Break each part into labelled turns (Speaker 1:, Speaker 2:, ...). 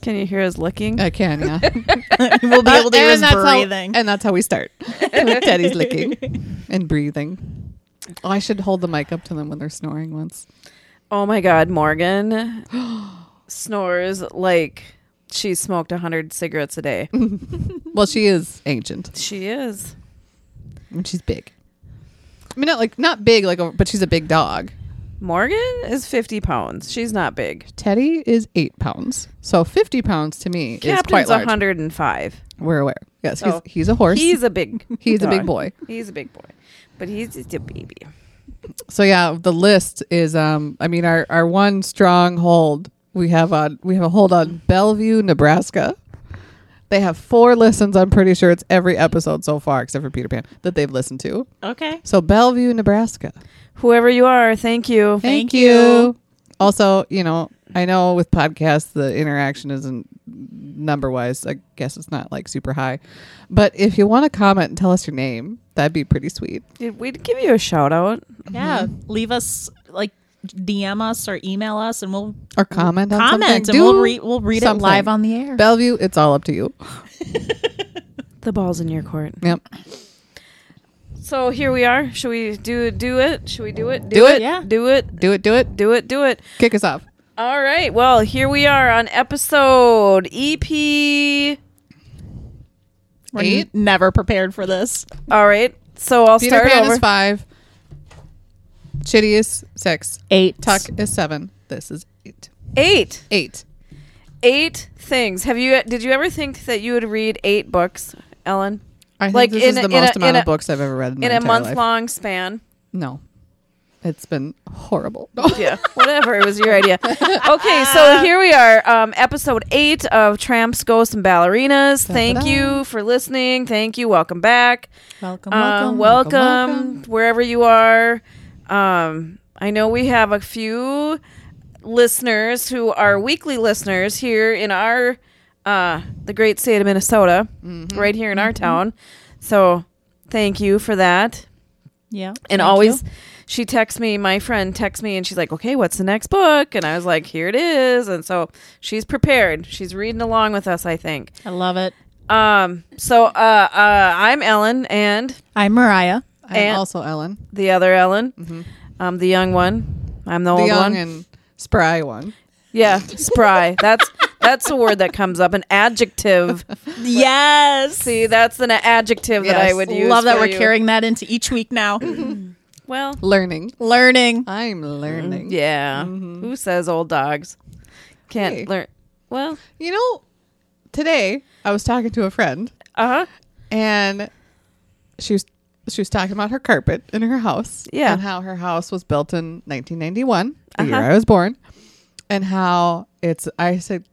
Speaker 1: Can you hear us licking?
Speaker 2: I can, yeah.
Speaker 3: we'll be able to hear
Speaker 2: and
Speaker 3: his
Speaker 2: that's how-
Speaker 3: breathing.
Speaker 2: and that's how we start. With Teddy's licking and breathing. Oh, I should hold the mic up to them when they're snoring once.
Speaker 1: Oh my God, Morgan snores like she smoked 100 cigarettes a day.
Speaker 2: Mm. Well, she is ancient
Speaker 1: she is.
Speaker 2: and she's big. I mean, not like not big, like, a, but she's a big dog.
Speaker 1: Morgan is 50 pounds. She's not big.
Speaker 2: Teddy is eight pounds, so fifty pounds to me is quite
Speaker 1: Captain's
Speaker 2: large.
Speaker 1: 105.
Speaker 2: We're aware. Yes,
Speaker 1: So,
Speaker 2: he's, Oh, he's a horse.
Speaker 1: He's a big
Speaker 2: He's a big
Speaker 1: dog.
Speaker 2: boy.
Speaker 1: He's a big boy. But he's just a baby.
Speaker 2: So yeah, the list is um I mean our our one strong hold we have on we have a hold on Bellevue, Nebraska. They have four listens, I'm pretty sure it's every episode so far except for Peter Pan that they've listened to.
Speaker 3: okay.
Speaker 2: So Bellevue, Nebraska.
Speaker 1: Whoever you are, thank you.
Speaker 3: Thank you.
Speaker 2: Also, you know, I know with podcasts the interaction isn't number wise. I guess it's not like super high. But if you want to comment and tell us your name, that'd be pretty sweet.
Speaker 1: Did we give you a shout out?
Speaker 3: Mm-hmm. Yeah. Leave us like DM us or email us, and we'll
Speaker 2: Or comment on something.
Speaker 3: Mm. comment, and
Speaker 2: Do
Speaker 3: we'll read we'll read
Speaker 2: something.
Speaker 3: it live on the air.
Speaker 2: Bellevue, it's all up to you.
Speaker 1: The ball's in your court.
Speaker 2: Yep.
Speaker 1: So here we are. Should we do do it? Should we do it?
Speaker 2: Do it.
Speaker 3: Yeah.
Speaker 1: Do it.
Speaker 2: Do it, do it.
Speaker 1: Do it. Do it.
Speaker 2: Kick us off.
Speaker 1: All right. Well, here we are on episode E EP.
Speaker 3: We're
Speaker 2: Eight.
Speaker 3: n- never prepared for this.
Speaker 1: All right. So I'll
Speaker 2: Peter
Speaker 1: start
Speaker 2: Pan
Speaker 1: over.
Speaker 2: is five. Chitty is six.
Speaker 3: Eight.
Speaker 2: Tuck is seven. This is eight.
Speaker 1: Eight.
Speaker 2: Eight.
Speaker 1: Eight things. Have you? Did you ever think that you would read eight books, Ellen,
Speaker 2: I think
Speaker 1: Like,
Speaker 2: this
Speaker 1: in
Speaker 2: is
Speaker 1: a- in
Speaker 2: the
Speaker 1: a-
Speaker 2: most amount
Speaker 1: in
Speaker 2: of
Speaker 1: a-
Speaker 2: books I've ever read in, my
Speaker 1: in a
Speaker 2: entire
Speaker 1: month
Speaker 2: life.
Speaker 1: long span?
Speaker 2: No. It's been horrible.
Speaker 1: yeah, whatever. It was your idea. Okay, so here we are, um, episode eight of Tramps, Ghosts, and Ballerinas. Thank you for listening. Thank you. Welcome back.
Speaker 3: Welcome,
Speaker 1: Um,
Speaker 3: welcome.
Speaker 1: welcome,
Speaker 2: welcome.
Speaker 1: wherever you are. Um, I know we have a few listeners who are weekly listeners here in our uh, the great state of Minnesota,
Speaker 3: Mm-hmm,
Speaker 1: right here in our town. So thank you for that
Speaker 3: yeah.
Speaker 1: and
Speaker 3: thank
Speaker 1: always
Speaker 3: you.
Speaker 1: she texts me my friend texts me and she's like okay what's the next book and i was like here it is and so she's prepared she's reading along with us i think
Speaker 3: I love it.
Speaker 1: um so uh, uh i'm ellen and
Speaker 3: I'm Mariah.
Speaker 2: I'm
Speaker 1: And-
Speaker 2: also Ellen.
Speaker 1: the other ellen um the young one i'm the,
Speaker 2: Mm-hmm. The
Speaker 1: old
Speaker 2: young
Speaker 1: one
Speaker 2: and spry one.
Speaker 1: yeah spry that's that's a word that comes up an adjective
Speaker 3: Yes.
Speaker 1: see that's an adjective that i
Speaker 2: Yes.
Speaker 1: would use
Speaker 3: Love that
Speaker 1: for
Speaker 3: we're
Speaker 1: you.
Speaker 3: carrying that into each week now.
Speaker 1: well
Speaker 2: Learning.
Speaker 3: Learning.
Speaker 2: I'm learning.
Speaker 1: Mm, yeah who says old dogs can't
Speaker 2: Mm-hmm. Hey.
Speaker 1: learn well
Speaker 2: You know, today I was talking to a friend
Speaker 1: uh-huh
Speaker 2: and she was she was talking about her carpet in her house
Speaker 1: Yeah.
Speaker 2: and how her house was built in 1991 the year
Speaker 1: Uh-huh.
Speaker 2: i was born and how it's i said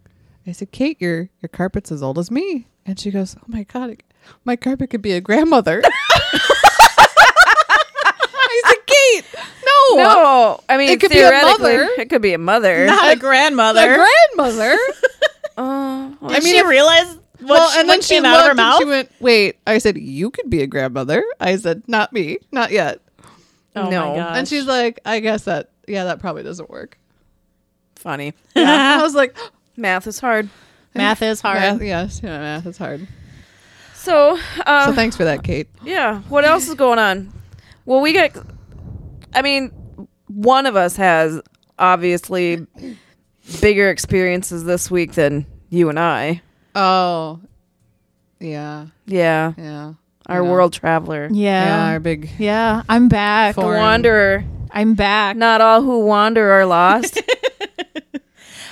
Speaker 2: i said kate your your carpet's as old as me and she goes oh my god it- my carpet could be a grandmother i said kate no,
Speaker 1: No, I mean
Speaker 2: It could be a
Speaker 1: theoretically,
Speaker 2: mother.
Speaker 1: It could be a mother.
Speaker 3: Not a grandmother.
Speaker 2: a grandmother
Speaker 1: Oh, well,
Speaker 3: I mean, she realized what
Speaker 2: well
Speaker 3: she,
Speaker 2: and then
Speaker 3: what
Speaker 2: she
Speaker 3: came out of her
Speaker 2: looked and
Speaker 3: mouth.
Speaker 2: she went wait i said you could be a grandmother i said not me not yet
Speaker 3: oh
Speaker 1: No.
Speaker 3: my gosh.
Speaker 2: And she's like, I guess that, yeah, that probably doesn't work.
Speaker 1: funny.
Speaker 2: I was like,
Speaker 1: Math is hard.
Speaker 3: math is hard.
Speaker 2: math, yes, yeah, math is hard.
Speaker 1: So, uh,
Speaker 2: So thanks for that, Kate.
Speaker 1: yeah. What else is going on? Well, we got. I mean, one of us has obviously bigger experiences this week than you and I.
Speaker 2: Oh, yeah,
Speaker 1: Yeah,
Speaker 2: yeah.
Speaker 1: our
Speaker 2: Yeah.
Speaker 1: world traveler,
Speaker 2: Yeah, our
Speaker 3: Yeah.
Speaker 2: big
Speaker 3: Yeah. I'm back.
Speaker 1: the
Speaker 2: Foreign.
Speaker 1: wanderer.
Speaker 3: I'm back.
Speaker 1: Not all who wander are lost.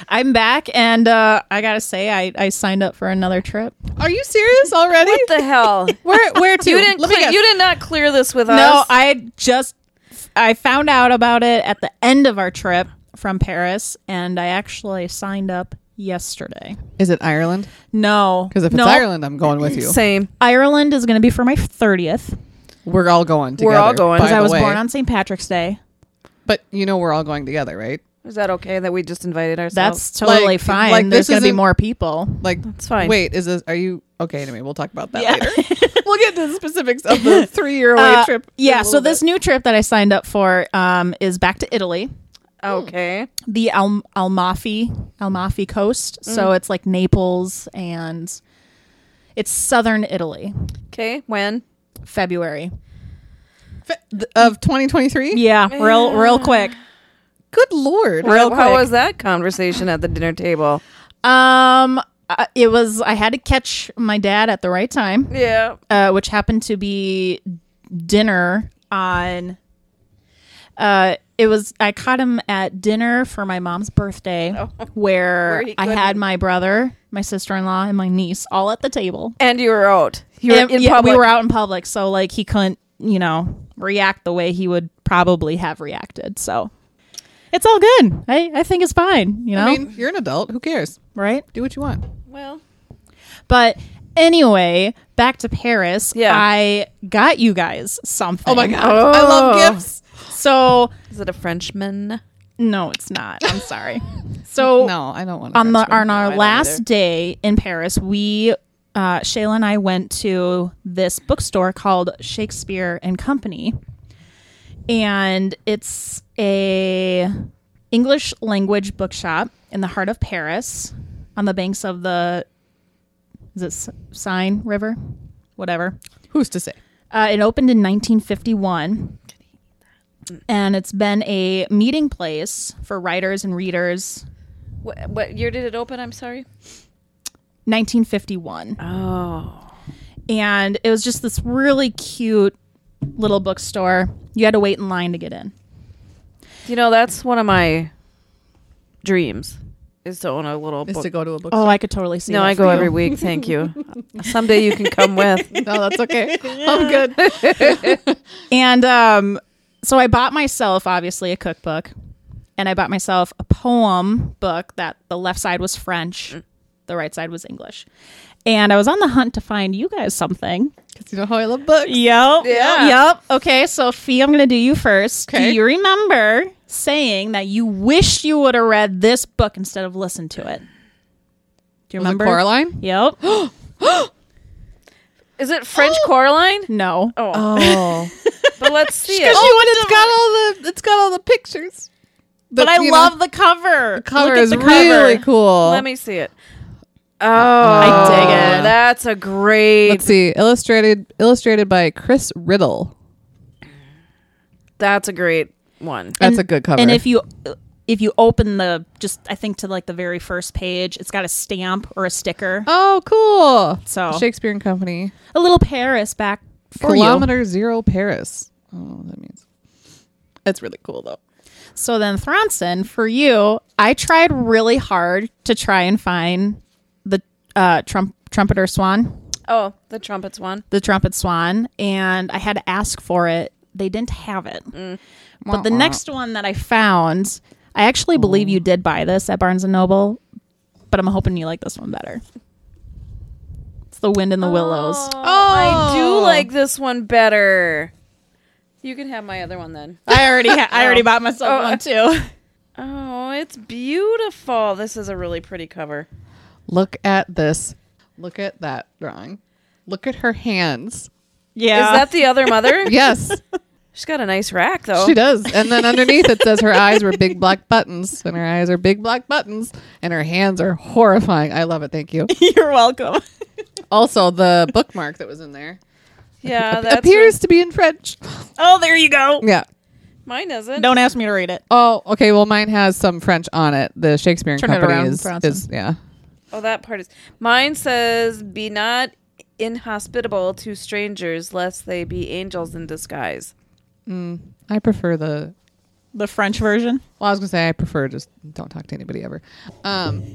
Speaker 3: I'm back, and uh, I gotta say, I, I signed up for another trip.
Speaker 2: Are you serious already?
Speaker 1: what the hell?
Speaker 2: where where to?
Speaker 1: You didn't.
Speaker 2: Let me
Speaker 1: cle-
Speaker 2: guess.
Speaker 1: you did not clear this with
Speaker 3: No,
Speaker 1: us.
Speaker 3: I just I found out about it at the end of our trip from Paris, and I actually signed up yesterday.
Speaker 2: Is it Ireland?
Speaker 3: No,
Speaker 2: Because if
Speaker 3: no,
Speaker 2: it's Ireland, I'm going with you.
Speaker 1: Same.
Speaker 3: Ireland is going to be for my thirtieth
Speaker 2: We're all going together.
Speaker 1: We're all going.
Speaker 2: by
Speaker 3: because I
Speaker 2: the
Speaker 3: was
Speaker 2: way.
Speaker 3: born on St. Patrick's Day.
Speaker 2: But you know we're all going together, right?
Speaker 1: Is that okay that we just invited ourselves?
Speaker 3: That's totally
Speaker 2: Like-
Speaker 3: fine.
Speaker 2: like,
Speaker 3: There's
Speaker 2: this
Speaker 3: going to be
Speaker 2: isn't-
Speaker 3: more people.
Speaker 2: Like
Speaker 1: It's fine.
Speaker 2: Wait, is this? Are you okay? Anyway, we'll talk about that
Speaker 3: Yeah.
Speaker 2: later. we'll get to the specifics of the three year away
Speaker 3: Uh,
Speaker 2: trip. in a
Speaker 3: yeah. So
Speaker 2: little
Speaker 3: this new trip that I signed up for um, is back to Italy.
Speaker 1: Oh, Okay.
Speaker 3: the Al- Almafi Almafi coast.
Speaker 1: Mm.
Speaker 3: So it's like Naples and it's southern Italy.
Speaker 1: Okay. When?
Speaker 3: February.
Speaker 2: Th- of 2023.
Speaker 3: Yeah, real real quick.
Speaker 2: Good lord.
Speaker 3: Real
Speaker 1: How- How
Speaker 3: quick.
Speaker 1: was that conversation at the dinner table?
Speaker 3: Um uh, it was I had to catch my dad at the right time,
Speaker 1: Yeah.
Speaker 3: uh, which happened to be dinner on uh it was I caught him at dinner for my mom's birthday where,
Speaker 1: Oh. Where he
Speaker 3: I
Speaker 1: couldn't-
Speaker 3: had my brother, my sister-in-law and my niece all at the table.
Speaker 1: And you were out. You were
Speaker 3: And-
Speaker 1: in
Speaker 3: yeah,
Speaker 1: public.
Speaker 3: we were out in public, so like he couldn't, you know, react the way he would probably have reacted. So it's all good. I, I think it's fine, you know,
Speaker 2: I mean, you're an adult. Who cares?
Speaker 3: right?
Speaker 2: Do what you want.
Speaker 1: Well,
Speaker 3: But anyway, back to Paris.
Speaker 1: Yeah.
Speaker 3: I got you guys something.
Speaker 2: Oh my god. I
Speaker 1: Oh.
Speaker 2: love gifts.
Speaker 3: So
Speaker 1: is it a Frenchman?
Speaker 3: no, it's not. I'm sorry. So
Speaker 2: No, I don't want to.
Speaker 3: on the on
Speaker 1: No, I
Speaker 3: our
Speaker 1: don't
Speaker 3: last
Speaker 1: either.
Speaker 3: day in Paris, we uh, Shayla and I went to this bookstore called Shakespeare and Company, and it's a English language bookshop in the heart of Paris, on the banks of the is it S- Seine River, whatever.
Speaker 2: Who's to say?
Speaker 3: Uh, it opened in 1951. And it's been a meeting place for writers and readers.
Speaker 1: What, what year did it open? I'm sorry.
Speaker 3: 1951.
Speaker 1: Oh.
Speaker 3: and it was just this really cute little bookstore. You had to wait in line to get in.
Speaker 1: You know, that's one of my dreams is to own a little
Speaker 2: Is
Speaker 1: book.
Speaker 2: to go to a bookstore.
Speaker 3: Oh, I could totally see.
Speaker 1: no,
Speaker 3: that
Speaker 1: I
Speaker 3: for
Speaker 1: go
Speaker 3: you.
Speaker 1: every week. Thank you. Someday you can come with.
Speaker 2: No, that's okay. I'm good.
Speaker 3: And um, so I bought myself obviously a cookbook, and I bought myself a poem book that the left side was French,
Speaker 1: Mm.
Speaker 3: the right side was English, and I was on the hunt to find you guys something.
Speaker 2: Because you know how I love books.
Speaker 3: Yep.
Speaker 1: Yeah.
Speaker 3: Yep. Okay, so Fee, I'm gonna do you first.
Speaker 2: Okay.
Speaker 3: Do you remember saying that you wish you would have read this book instead of listened to it?
Speaker 2: Was it
Speaker 3: Do you remember?
Speaker 2: Coraline?
Speaker 3: Yep.
Speaker 1: Is it French Coraline?
Speaker 3: no.
Speaker 1: Oh,
Speaker 2: Oh.
Speaker 1: but let's see
Speaker 2: oh,
Speaker 1: it.
Speaker 2: and it's got all the it's got all the pictures.
Speaker 3: But I love the cover.
Speaker 2: the cover
Speaker 3: Look at
Speaker 2: is
Speaker 3: the cover.
Speaker 2: really cool.
Speaker 1: Let me see it. Oh,
Speaker 3: I dig it.
Speaker 1: That's a great.
Speaker 2: Oh. Let's see. Illustrated illustrated by Chris Riddle.
Speaker 1: That's a great one.
Speaker 2: That's a good cover.
Speaker 3: And if you if you open the just I think to like the very first page, it's got a stamp or a sticker.
Speaker 2: oh, cool.
Speaker 3: So-
Speaker 2: Shakespeare and Company.
Speaker 3: A little Paris back for you.
Speaker 2: Kilometer Zero Paris. I don't know what that means. It's really cool though.
Speaker 3: So then, Thronson, for you, I tried really hard to try and find the uh, trump trumpeter swan,
Speaker 1: Oh, the trumpets one.
Speaker 3: the trumpet swan, and I had to ask for it. They didn't have it. But the next one that I found, I actually believe you did buy this at Barnes and Noble, but I'm hoping you like this one better. It's the wind in the willows.
Speaker 1: Oh, I do like this one better. You can have my other one then.
Speaker 3: I already, ha- I already bought myself one too.
Speaker 1: Oh, it's beautiful. This is a really pretty cover.
Speaker 2: Look at this. Look at that drawing. Look at her hands.
Speaker 3: Yeah,
Speaker 1: Is that the other mother?
Speaker 2: Yes,
Speaker 1: She's got a nice rack
Speaker 3: Oh.
Speaker 1: though.
Speaker 2: she does. And then underneath it says her eyes were big black buttons, and her eyes are big black buttons, and her hands are horrifying. I love it. Thank you.
Speaker 3: you're welcome.
Speaker 2: Also, the bookmark that was in there
Speaker 1: Yeah,
Speaker 2: ap-
Speaker 1: that's
Speaker 2: appears to be in French.
Speaker 3: Oh, there you go.
Speaker 2: Yeah.
Speaker 1: her- mine isn't.
Speaker 3: Don't ask me to read it.
Speaker 2: Oh, okay. Well, mine has some French on it. The Shakespeare and
Speaker 3: Turn it
Speaker 2: Company
Speaker 3: around,
Speaker 2: is,
Speaker 3: Bronson.
Speaker 2: is yeah.
Speaker 1: Oh, that part is. Mine says, "Be not inhospitable to strangers, lest they be angels in disguise."
Speaker 2: I prefer the
Speaker 3: The French version.
Speaker 2: Well, I was gonna say I prefer just don't talk to anybody ever. Um,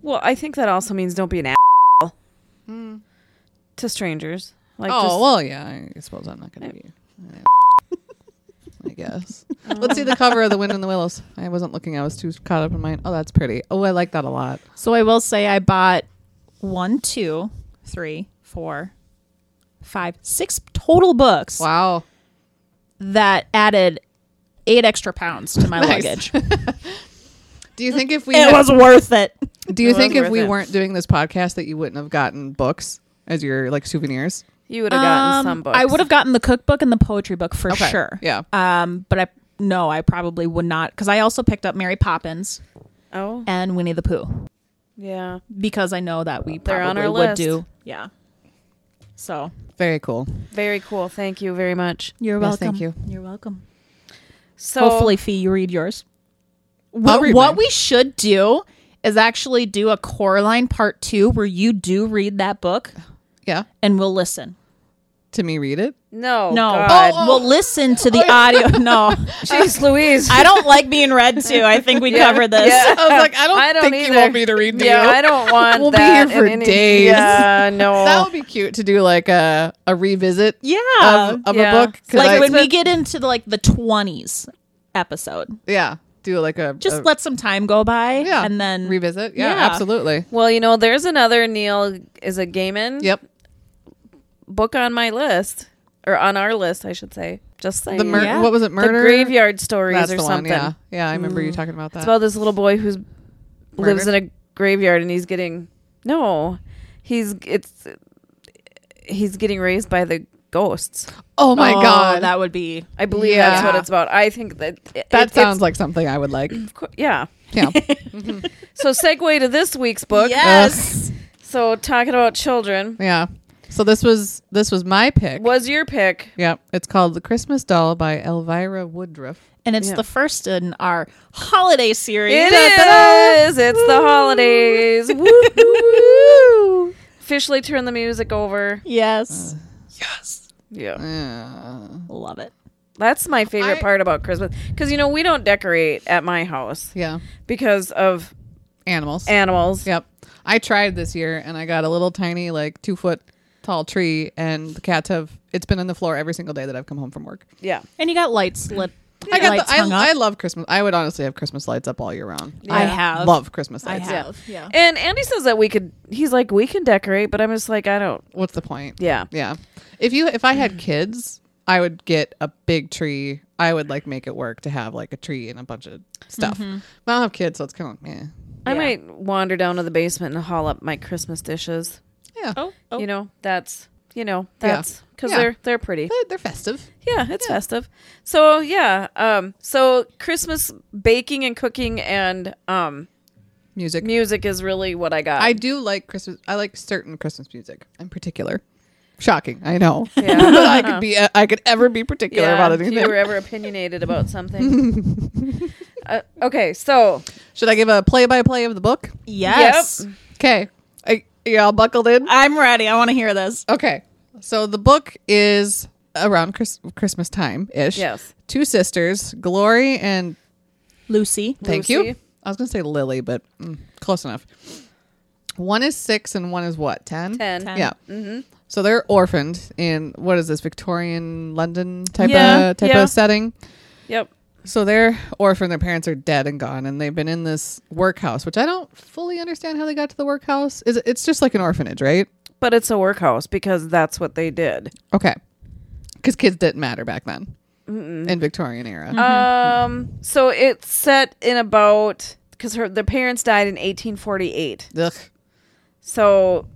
Speaker 1: Well, I think that also means don't be an asshole to strangers. Like,
Speaker 2: oh
Speaker 1: just,
Speaker 2: well, yeah. I suppose I'm not gonna be. I guess. Let's see the cover of the Wind in the Willows. I wasn't looking. I was too caught up in mine. Oh, that's pretty. Oh, I like that a lot.
Speaker 3: So I will say I bought one, two, three, four, five, six total books
Speaker 2: Wow.
Speaker 3: that added eight extra pounds to my
Speaker 2: Nice.
Speaker 3: luggage.
Speaker 2: Do you think if we
Speaker 3: it was worth it.
Speaker 2: do you
Speaker 1: It was
Speaker 2: think if
Speaker 1: worth
Speaker 2: we
Speaker 1: it.
Speaker 2: weren't doing this podcast that you wouldn't have gotten books as your like souvenirs?
Speaker 1: you would have gotten
Speaker 3: Um,
Speaker 1: some books.
Speaker 3: I would have gotten the cookbook and the poetry book for sure.
Speaker 2: Yeah.
Speaker 3: Um, but I no, I probably would not because I also picked up Mary Poppins
Speaker 1: Oh,
Speaker 3: and Winnie the Pooh.
Speaker 1: yeah.
Speaker 3: because I know that we
Speaker 1: They're
Speaker 3: probably
Speaker 1: on our
Speaker 3: would
Speaker 1: list.
Speaker 3: do. Yeah. So
Speaker 2: Very cool.
Speaker 1: Very cool. Thank you very much.
Speaker 3: you're
Speaker 2: Yes, thank you.
Speaker 3: You're welcome.
Speaker 1: So
Speaker 3: Hopefully, Fee, you read yours. What,
Speaker 2: read
Speaker 3: what
Speaker 2: mine.
Speaker 3: we should do is actually do a Coraline part two where you do read that book
Speaker 2: Yeah.
Speaker 3: and we'll listen.
Speaker 2: To me, read it.
Speaker 1: no,
Speaker 3: No,
Speaker 1: Oh,
Speaker 2: Oh,
Speaker 1: God.
Speaker 3: Oh, we'll listen to the audio. No,
Speaker 1: Jeez, Louise.
Speaker 3: I don't like being read to. I think we covered this.
Speaker 1: Yeah.
Speaker 2: I was like, I don't,
Speaker 1: I don't
Speaker 2: think
Speaker 1: either.
Speaker 2: you want me to read to
Speaker 1: yeah,
Speaker 2: you.
Speaker 1: I don't want.
Speaker 2: We'll be
Speaker 1: that
Speaker 2: here for
Speaker 1: in any-
Speaker 2: days.
Speaker 1: Yeah, no.
Speaker 2: that would be cute to do like a, a revisit
Speaker 3: Yeah.
Speaker 2: of, of
Speaker 1: Yeah.
Speaker 2: a book. Um, 'Cause
Speaker 3: like
Speaker 2: I-
Speaker 3: when we get into the, like the twenties episode,
Speaker 2: yeah, do like a
Speaker 3: just
Speaker 2: a-
Speaker 3: let some time go by,
Speaker 2: Oh. yeah,
Speaker 3: and then
Speaker 2: revisit. Yeah,
Speaker 3: Yeah.
Speaker 2: absolutely.
Speaker 1: well, you know, there's another Neil is a Gaiman
Speaker 2: Yep.
Speaker 1: book on my list or on our list, I should say. Just saying.
Speaker 2: The mur-
Speaker 3: Yeah.
Speaker 2: what was it?
Speaker 1: The
Speaker 2: Murder
Speaker 1: graveyard stories
Speaker 2: That's
Speaker 1: or
Speaker 2: the
Speaker 1: something.
Speaker 2: One, yeah, yeah. I remember you talking about that.
Speaker 1: It's about this little boy who's lives in a graveyard and he's getting no, he's it's he's getting raised by the ghosts.
Speaker 2: oh my
Speaker 3: Oh,
Speaker 2: god,
Speaker 3: that would be
Speaker 1: I believe that's
Speaker 2: Yeah.
Speaker 1: what it's about. I think that it-
Speaker 2: that
Speaker 1: it-
Speaker 2: sounds like something I would like.
Speaker 1: it's, qu- yeah.
Speaker 2: Yeah.
Speaker 1: So segue to this week's book.
Speaker 3: Yes.
Speaker 1: So talking about children
Speaker 2: Yeah. So this was this was my pick.
Speaker 1: was your pick.
Speaker 2: Yeah. It's called The Christmas Doll by Elvira Woodruff.
Speaker 3: and it's
Speaker 1: Yeah.
Speaker 3: the first in our holiday series.
Speaker 1: It is.
Speaker 3: Da-da-da.
Speaker 1: It's the holidays. Woo. Officially turn the music over.
Speaker 3: Yes. yes.
Speaker 1: Yeah.
Speaker 3: Love it.
Speaker 1: That's my favorite
Speaker 2: I-
Speaker 1: part about Christmas. Because, you know, we don't decorate at my house
Speaker 2: Yeah.
Speaker 1: because of
Speaker 2: Animals.
Speaker 1: animals.
Speaker 2: yep. I tried this year and I got a little tiny like two foot tall tree and the cats have it's been on the floor every single day that I've come home from work.
Speaker 1: Yeah.
Speaker 3: And you got lights lit.
Speaker 2: I got
Speaker 3: lights
Speaker 2: the,
Speaker 3: hung
Speaker 2: I, I
Speaker 3: up.
Speaker 2: love Christmas. I would honestly have Christmas lights up all year round.
Speaker 1: I
Speaker 2: I
Speaker 3: have.
Speaker 2: love Christmas
Speaker 3: I
Speaker 2: lights.
Speaker 3: have. Yeah.
Speaker 1: And Andy says that we could, he's like, we can decorate, but I'm just like, I don't.
Speaker 2: What's the point?
Speaker 1: Yeah.
Speaker 2: Yeah. If you if I had kids, I would get a big tree. I would like make it work to have like a tree and a bunch of stuff.
Speaker 1: Mm-hmm.
Speaker 2: But I don't have kids, so it's kind of like, meh.
Speaker 1: I
Speaker 3: Yeah.
Speaker 1: might wander down to the basement and haul up my Christmas dishes.
Speaker 2: Yeah.
Speaker 3: Oh, oh.
Speaker 1: You know, that's, you know,
Speaker 2: Yeah.
Speaker 1: that's because
Speaker 2: Yeah.
Speaker 1: they're, they're pretty.
Speaker 2: But they're festive.
Speaker 1: Yeah, it's festive. So yeah, um, so Christmas baking and cooking and um,
Speaker 2: Music.
Speaker 1: music is really what I got.
Speaker 2: I do like Christmas. I like certain Christmas music in particular. Shocking, I know.
Speaker 1: Yeah.
Speaker 2: But I could be. I could ever be particular
Speaker 1: yeah, if
Speaker 2: about
Speaker 1: you were
Speaker 2: anything.
Speaker 1: ever opinionated about something. uh, okay, so
Speaker 2: Should I give a play-by-play of the book?
Speaker 3: Yes.
Speaker 1: Yep.
Speaker 2: Okay. I y'all buckled in.
Speaker 3: I'm ready. I want to hear this.
Speaker 2: Okay. So the book is around Chris- Christmas time ish.
Speaker 1: Yes.
Speaker 2: Two sisters, Glory and
Speaker 3: Lucy.
Speaker 2: thank you.
Speaker 1: Lucy.
Speaker 2: I was going to say Lily, but mm, close enough. One is six and one is what, 10?
Speaker 1: ten. Mm-hmm.
Speaker 3: Ten.
Speaker 2: Yeah. So they're orphaned in what is this, Victorian London type,
Speaker 1: Yeah,
Speaker 2: of, type
Speaker 1: yeah.
Speaker 2: of setting?
Speaker 1: Yep.
Speaker 2: So they're orphaned. Their parents are dead and gone, and they've been in this workhouse, which I don't fully understand how they got to the workhouse. Is it- It's just like an orphanage, right?
Speaker 1: But it's a workhouse because that's what they did.
Speaker 2: Okay. Because kids didn't matter back then in Victorian era.
Speaker 1: Um, so it's set in about because her their parents died in 1848,
Speaker 2: Ugh.
Speaker 1: so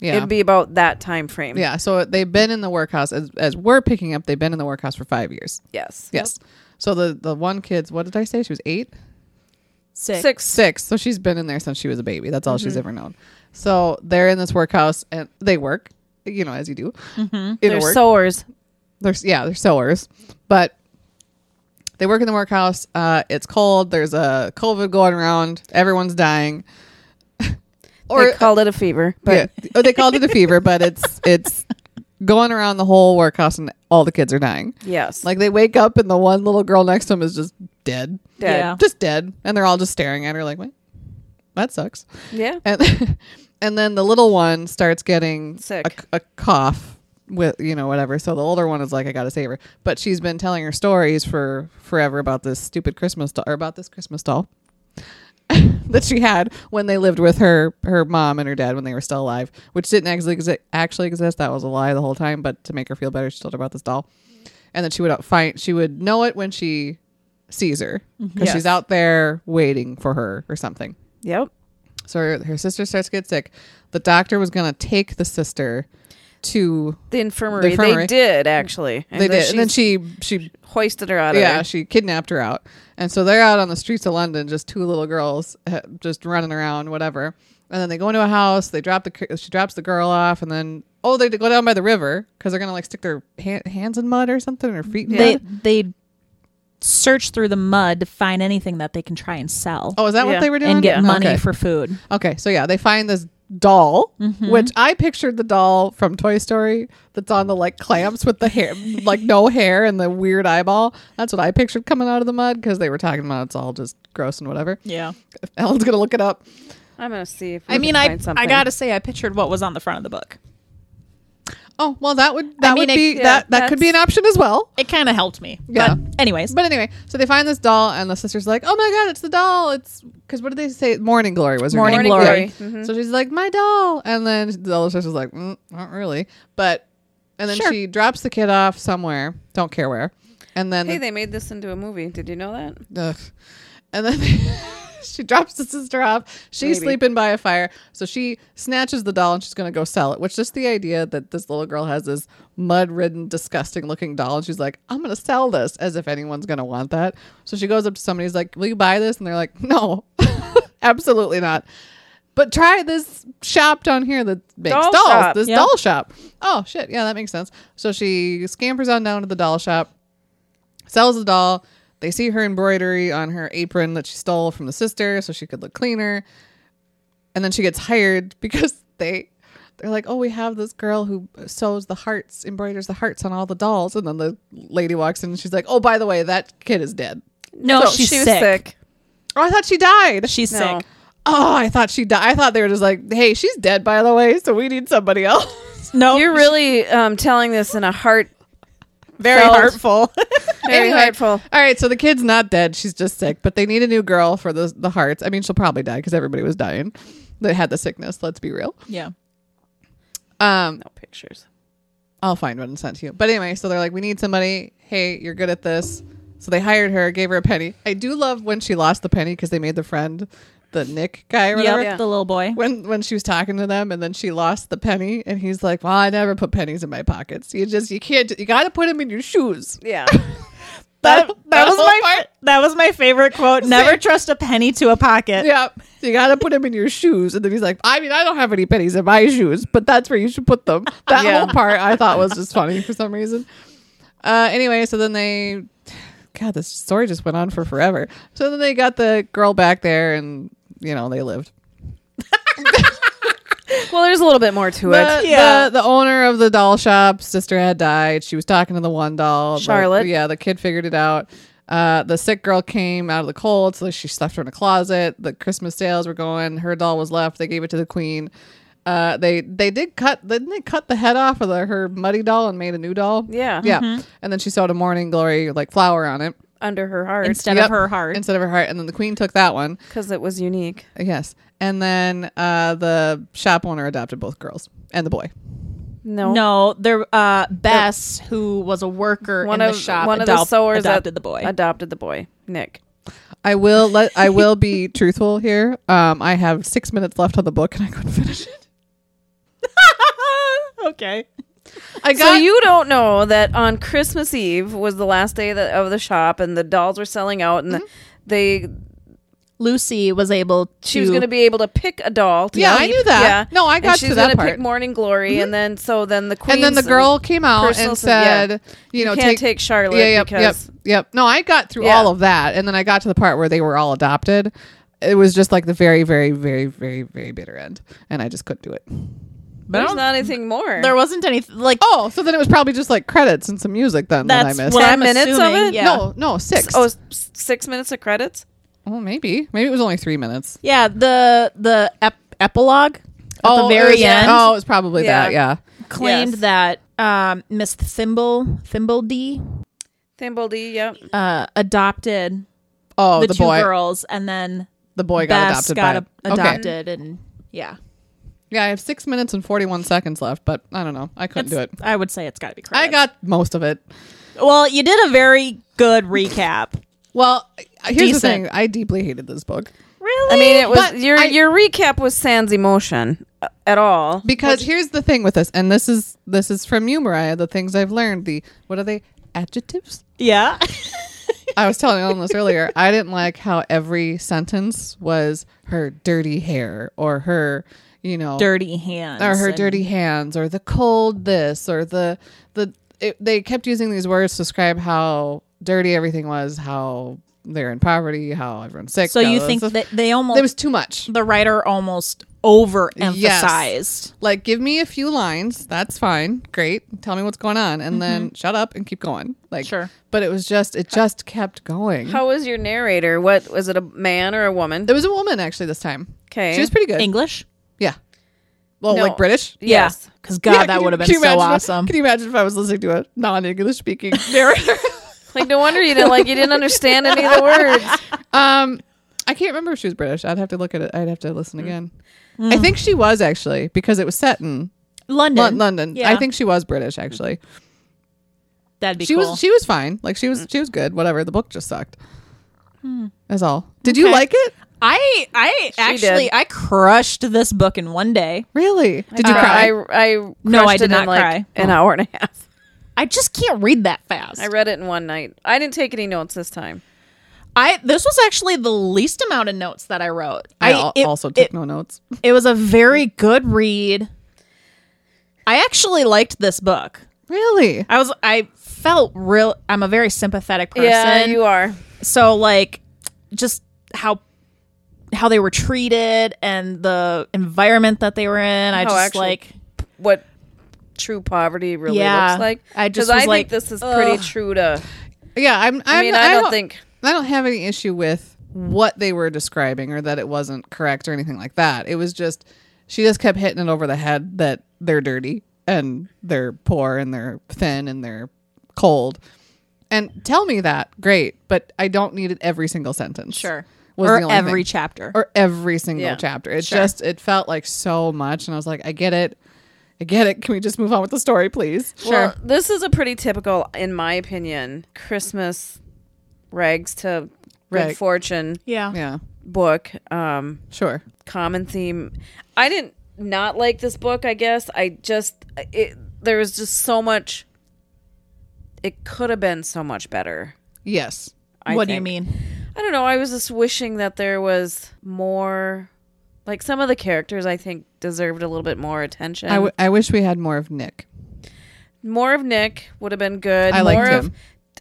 Speaker 2: Yeah.
Speaker 1: it'd be about that time frame.
Speaker 2: yeah. So they've been in the workhouse as, as we're picking up. They've been in the workhouse for five years.
Speaker 1: Yes.
Speaker 2: Yes. So the the one kid's what did I say? She was eight,
Speaker 3: Six.
Speaker 1: Six.
Speaker 2: six. So she's been in there since she was a baby. That's all she's
Speaker 1: Mm-hmm.
Speaker 2: ever known. So they're in this workhouse and they work, you know, as you do. Mm-hmm.
Speaker 1: They're sewers.
Speaker 2: There's yeah, they're sewers, but they work in the workhouse. Uh, it's cold. There's a COVID going around. Everyone's dying.
Speaker 1: they called it a fever, but
Speaker 2: uh, yeah. Oh, they called it a fever, but it's it's going around the whole workhouse and all the kids are dying.
Speaker 1: yes,
Speaker 2: Like they wake up and the one little girl next to them is just dead,
Speaker 1: dead.
Speaker 2: just dead, and they're all just staring at her like, "What? That sucks."
Speaker 1: Yeah.
Speaker 2: And and then the little one starts getting
Speaker 1: Sick.
Speaker 2: A, a cough with you know whatever. So the older one is like, "I gotta save her," but she's been telling her stories for forever about this stupid Christmas doll or about this Christmas doll that she had when they lived with her her mom and her dad when they were still alive, which didn't actually exi- actually exist. That was a lie the whole time, but to make her feel better, she told her about this doll, and then she would out- find she would know it when she sees her because
Speaker 1: Mm-hmm. Yes.
Speaker 2: she's out there waiting for her or something.
Speaker 1: Yep.
Speaker 2: So her, her sister starts to get sick. The doctor was gonna take the sister to
Speaker 1: The infirmary.
Speaker 2: The infirmary.
Speaker 1: They did actually. And
Speaker 2: they
Speaker 1: then
Speaker 2: did, and then
Speaker 1: she's
Speaker 2: she she
Speaker 1: hoisted her out of
Speaker 2: yeah
Speaker 1: there.
Speaker 2: she kidnapped her out, and so they're out on the streets of London, just two little girls uh, just running around, whatever. And then they go into a house. They drop the cr- she drops the girl off, and then oh they go down by the river because they're gonna like stick their ha- hands in mud or something or feet in
Speaker 3: They
Speaker 2: mud.
Speaker 3: they search through the mud to find anything that they can try and sell
Speaker 2: Oh, is that
Speaker 1: Yeah.
Speaker 2: what they were doing?
Speaker 3: and get
Speaker 1: yeah.
Speaker 3: money
Speaker 2: Okay.
Speaker 3: for food.
Speaker 2: Okay, so yeah, they find this doll, which I pictured the doll from Toy Story that's on the like clamps with the hair, like no hair and the weird eyeball. That's what I pictured coming out of the mud because they were talking about it's all just gross and whatever.
Speaker 3: Yeah.
Speaker 2: Ellen's gonna look it up.
Speaker 1: I'm gonna see if we
Speaker 3: I mean,
Speaker 1: can
Speaker 3: I
Speaker 1: find something.
Speaker 3: I gotta say, I pictured what was on the front of the book.
Speaker 2: Oh well, that would that
Speaker 3: mean,
Speaker 2: would
Speaker 3: it-
Speaker 2: be
Speaker 1: yeah,
Speaker 2: that that could be an option as well.
Speaker 3: It kind of helped me.
Speaker 2: Yeah.
Speaker 3: But anyways,
Speaker 2: But anyway, so they find this doll, and the sister's like, "Oh my god, it's the doll! It's because what did they say? Morning Glory was her
Speaker 3: Morning
Speaker 2: name.
Speaker 3: Glory. Mm-hmm.
Speaker 2: Yeah. So she's like, "My doll," and then the other sister's like, mm, "Not really," but and then
Speaker 3: Sure.
Speaker 2: she drops the kid off somewhere, don't care where, and then
Speaker 1: Hey,
Speaker 2: the-
Speaker 1: they made this into a movie. Did you know that?
Speaker 2: ugh. and then she drops the sister off. She's
Speaker 1: Maybe.
Speaker 2: sleeping by a fire, so she snatches the doll and she's gonna go sell it. Which just the idea that this little girl has this mud-ridden, disgusting-looking doll, and she's like, "I'm gonna sell this," as if anyone's gonna want that. So she goes up to somebody, who's like, "Will you buy this?" And they're like, "No, absolutely not." But try this shop down here that makes
Speaker 1: Doll
Speaker 2: dolls.
Speaker 1: shop,
Speaker 2: This
Speaker 3: yeah.
Speaker 2: doll shop. Oh shit, yeah, that makes sense. So she scampers on down to the doll shop sells the doll. They see her embroidery on her apron that she stole from the sister so she could look cleaner. And then she gets hired because they they're like, "Oh, we have this girl who sews the hearts, embroiders the hearts on all the dolls." And then the lady walks in and she's like, "Oh, by the way, that kid is dead."
Speaker 3: no,
Speaker 1: So
Speaker 3: she's
Speaker 1: she was
Speaker 3: sick.
Speaker 2: Oh, I thought she died.
Speaker 3: She's
Speaker 1: No.
Speaker 3: sick.
Speaker 2: Oh, I thought she died. I thought they were just like, "Hey, she's dead by the way, so we need somebody else."
Speaker 3: No,
Speaker 1: You're really um, telling this in a heart,
Speaker 3: very
Speaker 1: felt-
Speaker 3: hurtful.
Speaker 1: very
Speaker 2: Anyway,
Speaker 1: heartful.
Speaker 2: All right, so the kid's not dead; she's just sick. But they need a new girl for the the hearts. I mean, she'll probably die because everybody was dying that had the sickness. Let's be real.
Speaker 3: yeah.
Speaker 2: Um,
Speaker 1: No pictures.
Speaker 2: I'll find one and send to you. But anyway, so they're like, we need somebody. Hey, you're good at this. So they hired her, gave her a penny. I do love when she lost the penny because they made the friend, the Nick guy, or whatever.
Speaker 3: Yep. The little boy.
Speaker 2: When when she was talking to them, and then she lost the penny, and he's like, "Well, I never put pennies in my pockets. You just you can't. You got to put them in your shoes."
Speaker 1: Yeah.
Speaker 3: That, that was
Speaker 2: whole
Speaker 3: my
Speaker 2: part.
Speaker 3: that was my favorite quote. Never trust a penny to a pocket.
Speaker 2: Yeah. So you gotta put them in your shoes. And then he's like, I mean, I don't have any pennies in my shoes, but that's where you should put them. That
Speaker 1: Yeah.
Speaker 2: whole part I thought was just funny for some reason. Uh anyway, so then they God, this story just went on for forever. So then they got the girl back there and you know, they lived.
Speaker 1: well, there's a little bit more to
Speaker 2: The,
Speaker 1: it.
Speaker 3: Yeah.
Speaker 2: the, the owner of the doll shop, sister had died. She was talking to the one doll. The-
Speaker 1: Charlotte.
Speaker 2: yeah, the kid figured it out. Uh, the sick girl came out of the cold, so she stuffed her in a closet. The Christmas sales were going. Her doll was left. They gave it to the queen. Uh, they they did cut didn't they cut the head off of the, her muddy doll and made a new doll?
Speaker 1: Yeah.
Speaker 2: yeah.
Speaker 3: Mm-hmm.
Speaker 2: And then she sewed a morning glory like flower on it
Speaker 1: Under her heart.
Speaker 3: Instead
Speaker 2: Yep.
Speaker 3: of her heart.
Speaker 2: instead of her heart. And then the queen took that one.
Speaker 1: Because it was unique.
Speaker 2: Yes. And then uh, the shop owner adopted both girls and the boy.
Speaker 1: No.
Speaker 3: No, there. Uh, Bess, who was a worker
Speaker 1: One
Speaker 3: in
Speaker 1: of
Speaker 3: the shop,
Speaker 1: one of the
Speaker 3: adopt-
Speaker 1: sewers that-
Speaker 3: adopted the boy.
Speaker 1: Adopted the boy, Nick.
Speaker 2: I will let I will be truthful here. Um, I have six minutes left on the book and I couldn't finish it.
Speaker 3: okay.
Speaker 2: I
Speaker 1: So you don't know that on Christmas Eve was the last day that, of the shop, and the dolls were selling out, and
Speaker 2: Mm-hmm.
Speaker 1: they
Speaker 3: Lucy was able to.
Speaker 1: she was going to be able to pick a doll. To
Speaker 2: Yeah, I
Speaker 1: keep.
Speaker 2: knew that. No, I
Speaker 1: And
Speaker 2: got
Speaker 1: she's
Speaker 2: to that
Speaker 1: gonna
Speaker 2: part. Mm-hmm.
Speaker 1: pick Morning Glory, and then so then the queen
Speaker 2: and then the girl came out
Speaker 1: personal
Speaker 2: and
Speaker 1: sin- yeah.
Speaker 2: said, you know,
Speaker 1: can't take, Charlotte
Speaker 2: yeah, yep,
Speaker 1: because
Speaker 2: yep, yep. No, I got through
Speaker 1: Yeah.
Speaker 2: all of that, and then I got to the part where they were all adopted. It was just like the very, very, very, very, very bitter end, and I just couldn't do it.
Speaker 3: I
Speaker 1: there's
Speaker 3: don't-
Speaker 1: not anything more.
Speaker 3: There wasn't any like.
Speaker 2: Oh, so then it was probably just like credits and some music then
Speaker 3: that's
Speaker 2: that I missed.
Speaker 3: what
Speaker 1: 10
Speaker 3: I'm
Speaker 1: minutes of
Speaker 3: assuming.
Speaker 1: it?
Speaker 3: Yeah.
Speaker 2: No, no, six.
Speaker 1: oh,
Speaker 2: Oh,
Speaker 1: s- six minutes of credits.
Speaker 2: maybe, maybe it was only three minutes.
Speaker 3: Yeah. The the ep- epilogue at
Speaker 2: oh,
Speaker 3: the
Speaker 2: it
Speaker 3: very
Speaker 2: was-
Speaker 3: end
Speaker 2: Oh, it was probably
Speaker 1: Yeah.
Speaker 2: that. Yeah.
Speaker 3: claimed
Speaker 1: Yes.
Speaker 3: that um, Miss Thimble Thimble D
Speaker 1: Thimble D, yep.
Speaker 3: uh, adopted
Speaker 2: Oh,
Speaker 3: the,
Speaker 2: the,
Speaker 3: two
Speaker 2: boy.
Speaker 3: girls, and then
Speaker 2: the boy got
Speaker 3: Bess
Speaker 2: adopted
Speaker 3: got
Speaker 2: by
Speaker 3: a-
Speaker 2: Okay.
Speaker 3: adopted, and yeah.
Speaker 2: Yeah, I have six minutes and forty-one seconds left, but I don't know. I couldn't do it.
Speaker 3: It's- I would say it's got to be credits.
Speaker 2: I got most of it.
Speaker 3: Well, you did a very good recap.
Speaker 2: Well, here's the
Speaker 3: Decent.
Speaker 2: thing: I deeply hated this book.
Speaker 1: I mean, it was
Speaker 2: But
Speaker 1: your
Speaker 2: I-
Speaker 1: your recap was sans emotion uh, at all.
Speaker 2: because here's the thing with this, and this is this is from you, Mariah. The things I've learned. The what are they? Adjectives.
Speaker 3: Yeah.
Speaker 2: I was telling Ellen this earlier. I didn't like how every sentence was her dirty hair or her, you know,
Speaker 3: dirty hands.
Speaker 2: or her
Speaker 3: and-
Speaker 2: dirty hands or the cold this or the the it, they kept using these words to describe how dirty everything was, how they're in poverty, how everyone's sick.
Speaker 3: So you
Speaker 2: how
Speaker 3: think
Speaker 2: this-
Speaker 3: that they almost
Speaker 2: there was too much?
Speaker 3: the writer almost overemphasized.
Speaker 2: Like, give me a few lines. That's fine. Great. Tell me what's going on, and then shut up and keep going. Like,
Speaker 3: Mm-hmm. Sure.
Speaker 2: But it was just it just kept going.
Speaker 1: How was your narrator? What was it? A man or a woman?
Speaker 2: It was a woman actually this time.
Speaker 1: Okay.
Speaker 2: She was pretty good.
Speaker 3: English?
Speaker 2: Yeah. Well,
Speaker 1: No.
Speaker 2: like British.
Speaker 1: Yes.
Speaker 3: Because God,
Speaker 2: Yeah, can
Speaker 3: that
Speaker 2: you-
Speaker 3: would have been
Speaker 2: can you
Speaker 3: so
Speaker 2: imagine if-
Speaker 3: awesome.
Speaker 2: can you imagine if I was listening to a non-English speaking narrator?
Speaker 1: Like no wonder you didn't like you didn't understand any of the words.
Speaker 2: um, I can't remember if she was British. I'd have to look at it. I'd have to listen again. I think she was actually because it was set in
Speaker 3: London.
Speaker 2: Lon- London.
Speaker 3: Yeah.
Speaker 2: I think she was British actually.
Speaker 3: that'd be
Speaker 2: she
Speaker 3: cool.
Speaker 2: was she was fine. Like she was she was good. Whatever. The book just sucked. That's all. Did you
Speaker 3: Okay.
Speaker 2: like it?
Speaker 3: I I actually
Speaker 1: did.
Speaker 3: I crushed this book in one day.
Speaker 2: Really? Did you
Speaker 1: Uh,
Speaker 2: cry?
Speaker 1: I, I
Speaker 3: No, I
Speaker 1: crushed
Speaker 3: did
Speaker 1: it in,
Speaker 3: not
Speaker 1: like,
Speaker 3: cry.
Speaker 1: An hour and a half.
Speaker 3: I just can't read that fast.
Speaker 1: Oh. I read it in one night. I didn't take any notes this time.
Speaker 3: I this was actually the least amount of notes that I wrote.
Speaker 2: I, al-
Speaker 3: it-
Speaker 2: also took
Speaker 3: it,
Speaker 2: no notes.
Speaker 3: it was a very good read. I actually liked this book.
Speaker 2: Really?
Speaker 3: I was I felt real I'm a very sympathetic person.
Speaker 1: Yeah, you are.
Speaker 3: so like just how how they were treated and the environment that they were in. I
Speaker 1: How
Speaker 3: just
Speaker 1: actual
Speaker 3: like
Speaker 1: What true poverty really
Speaker 3: Yeah.
Speaker 1: looks like.
Speaker 3: I just
Speaker 1: 'Cause
Speaker 3: was
Speaker 1: I
Speaker 3: like,
Speaker 1: think this is pretty
Speaker 3: ugh.
Speaker 1: true to.
Speaker 2: Yeah, I'm. I'm
Speaker 1: I mean, I don't think.
Speaker 2: I don't have any issue with what they were describing or that it wasn't correct or anything like that. It was just she just kept hitting it over the head that they're dirty and they're poor and they're thin and they're cold. And tell me that, great, but I don't need it every single sentence.
Speaker 3: sure.
Speaker 2: Was the
Speaker 3: or
Speaker 2: only
Speaker 3: every
Speaker 2: thing.
Speaker 3: chapter.
Speaker 2: or every single
Speaker 1: Yeah,
Speaker 2: chapter. It just it felt like so much and I was like, I get it. I get it. Can we just move on with the story, please?
Speaker 1: Well, this is a pretty typical, in my opinion, Christmas rags to good
Speaker 2: Rag.
Speaker 1: fortune
Speaker 3: yeah.
Speaker 2: yeah.
Speaker 1: book. Um,
Speaker 2: Sure.
Speaker 1: common theme. I didn't not like this book. I guess I just it, there was just so much. It could have been so much better.
Speaker 2: Yes.
Speaker 1: I
Speaker 3: what do you
Speaker 1: think.
Speaker 3: mean?
Speaker 1: I don't know. I was just wishing that there was more. Like some of the characters, I think deserved a little bit more attention.
Speaker 2: I, w- I wish we had more of Nick.
Speaker 1: more of Nick would have been good.
Speaker 2: I liked
Speaker 1: more
Speaker 2: him.
Speaker 1: of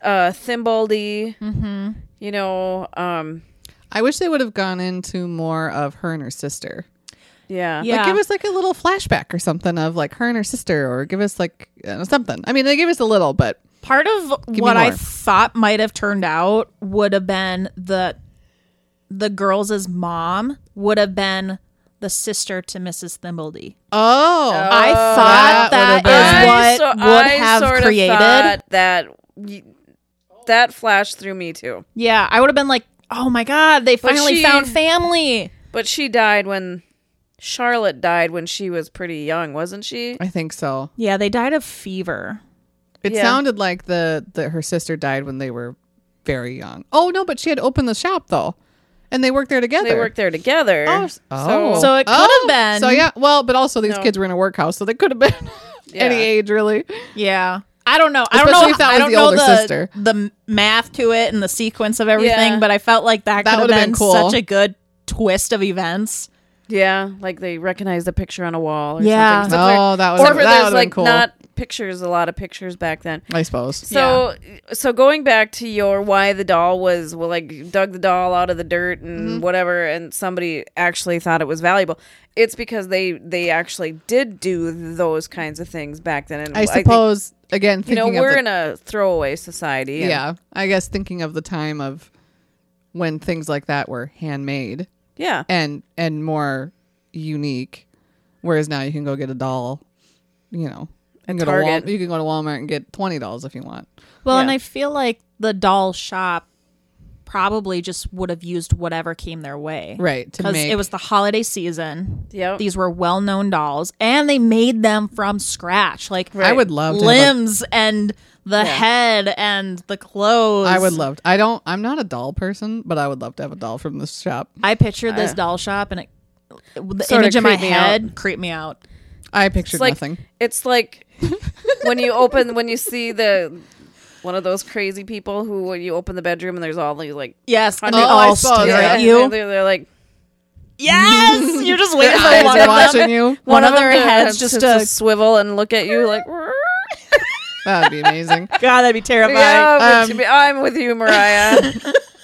Speaker 1: uh, Thimbledy. Mm-hmm. You know, um,
Speaker 2: I wish they would have gone into more of her and her sister.
Speaker 1: yeah.
Speaker 3: Yeah.
Speaker 2: Like give us like a little flashback or something of like her and her sister, or give us like uh, something. I mean, they gave us a little, but
Speaker 3: Part of
Speaker 2: me
Speaker 3: what I
Speaker 2: more.
Speaker 3: thought might have turned out would have been the the girls' mom would have been the sister to Mrs. Thimbledy.
Speaker 2: oh,
Speaker 3: I thought
Speaker 2: that
Speaker 3: that
Speaker 2: would have been-
Speaker 1: I
Speaker 3: is what
Speaker 1: so-
Speaker 3: would
Speaker 1: I
Speaker 3: have
Speaker 1: sort of
Speaker 3: created.
Speaker 1: thought that y- that flashed through me too.
Speaker 3: yeah, I would have been like, "Oh my god, they finally
Speaker 1: she-
Speaker 3: found family."
Speaker 1: But she died when Charlotte died when she was pretty young, wasn't she?
Speaker 2: I think so.
Speaker 3: Yeah, they died of fever.
Speaker 2: It
Speaker 1: Yeah.
Speaker 2: sounded like the that her sister died when they were very young. Oh no, but she had opened the shop though, and they worked there together.
Speaker 1: They worked there together.
Speaker 2: Oh, s- oh.
Speaker 3: So it could have
Speaker 2: Oh,
Speaker 3: been-
Speaker 2: So yeah, well, but also these
Speaker 1: No.
Speaker 2: kids were in a workhouse, so they could have been any
Speaker 1: Yeah.
Speaker 2: age really.
Speaker 3: Yeah. I don't know. I don't
Speaker 2: Especially
Speaker 3: know.
Speaker 2: if that
Speaker 3: I
Speaker 2: was
Speaker 3: don't
Speaker 2: the
Speaker 3: know
Speaker 2: older
Speaker 3: the,
Speaker 2: sister.
Speaker 3: the math to it and the sequence of everything,
Speaker 1: Yeah.
Speaker 3: but I felt like that,
Speaker 2: That
Speaker 3: could have
Speaker 2: would've
Speaker 3: been,
Speaker 2: been cool.
Speaker 3: such a good twist of events.
Speaker 1: Yeah, like they recognize the picture on a wall or
Speaker 3: Yeah.
Speaker 1: something. Except
Speaker 2: Oh, that
Speaker 1: for-
Speaker 2: would
Speaker 1: or for
Speaker 2: that
Speaker 1: there's
Speaker 2: would been
Speaker 1: like
Speaker 2: cool.
Speaker 1: not pictures, a lot of pictures back then.
Speaker 2: I suppose.
Speaker 1: So so going back to your why the doll was well like dug the doll out of the dirt and whatever and somebody actually thought it was valuable. It's because they they actually did do those kinds of things back then. And
Speaker 2: I
Speaker 1: think,
Speaker 2: suppose again,
Speaker 1: you
Speaker 2: thinking
Speaker 1: know
Speaker 2: of
Speaker 1: we're
Speaker 2: the-
Speaker 1: in a throwaway society. and-
Speaker 2: yeah i guess thinking of the time of when things like that were handmade
Speaker 1: yeah.
Speaker 2: and and more unique whereas now you can go get a doll you know and go to Wal-
Speaker 1: Target.
Speaker 2: you can go to walmart and get 20 dolls if you want
Speaker 3: Well, and
Speaker 1: Yeah.
Speaker 3: I feel like the doll shop probably just would have used whatever came their way.
Speaker 2: Right, to
Speaker 3: Because
Speaker 2: make-
Speaker 3: it was the holiday season.
Speaker 1: Yep.
Speaker 3: These were well known dolls and they made them from scratch. Like
Speaker 2: I would love to have a-
Speaker 3: limbs and the head and the clothes.
Speaker 2: I would love. I don't. I'm not a doll person, but I would love to have a doll from this shop.
Speaker 3: I pictured this doll shop and it the
Speaker 1: Sorta
Speaker 3: image in my
Speaker 1: creeped me out.
Speaker 3: head creeped me out.
Speaker 2: I pictured
Speaker 1: It's like
Speaker 2: nothing.
Speaker 1: it's like when you open when you see the one of those crazy people who when you open the bedroom and there's all these like
Speaker 3: Yes, and
Speaker 1: hundred
Speaker 3: they all
Speaker 1: eyeballs,
Speaker 2: Oh,
Speaker 3: stare
Speaker 1: yeah,
Speaker 3: at
Speaker 1: and
Speaker 3: you.
Speaker 1: They're, they're like
Speaker 3: Yes, you're just waiting for
Speaker 1: eyes
Speaker 2: Eyes
Speaker 3: one
Speaker 2: are
Speaker 1: them.
Speaker 2: watching
Speaker 3: of
Speaker 2: you.
Speaker 3: One of
Speaker 1: them
Speaker 3: their
Speaker 1: to-
Speaker 3: heads
Speaker 1: to-
Speaker 3: just
Speaker 1: to
Speaker 3: a-
Speaker 1: swivel and look at you like.
Speaker 2: That'd be amazing.
Speaker 3: God, that'd be terrifying.
Speaker 1: Yeah,
Speaker 2: Um,
Speaker 1: but I'm with you, Mariah.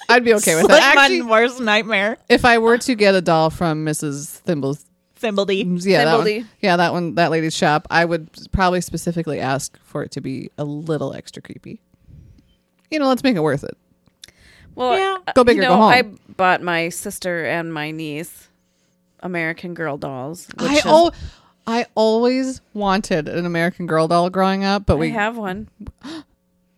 Speaker 2: I'd be okay with
Speaker 3: like
Speaker 2: that. Actually,
Speaker 3: my worst nightmare.
Speaker 2: if I were to get a doll from Mrs. Thimble's,
Speaker 3: Thimbledy.
Speaker 2: yeah, that
Speaker 1: Thimbledy.
Speaker 2: one, yeah, that one, that lady's shop, I would probably specifically ask for it to be a little extra creepy. You know, let's make it worth it.
Speaker 1: Well,
Speaker 3: Yeah.
Speaker 1: uh,
Speaker 2: Go big
Speaker 1: you
Speaker 2: or go
Speaker 1: know,
Speaker 2: home.
Speaker 1: I bought my sister and my niece American Girl dolls. which
Speaker 2: I
Speaker 1: is-
Speaker 2: oh, I always wanted an American Girl doll growing up, but
Speaker 1: I
Speaker 2: we
Speaker 1: have one.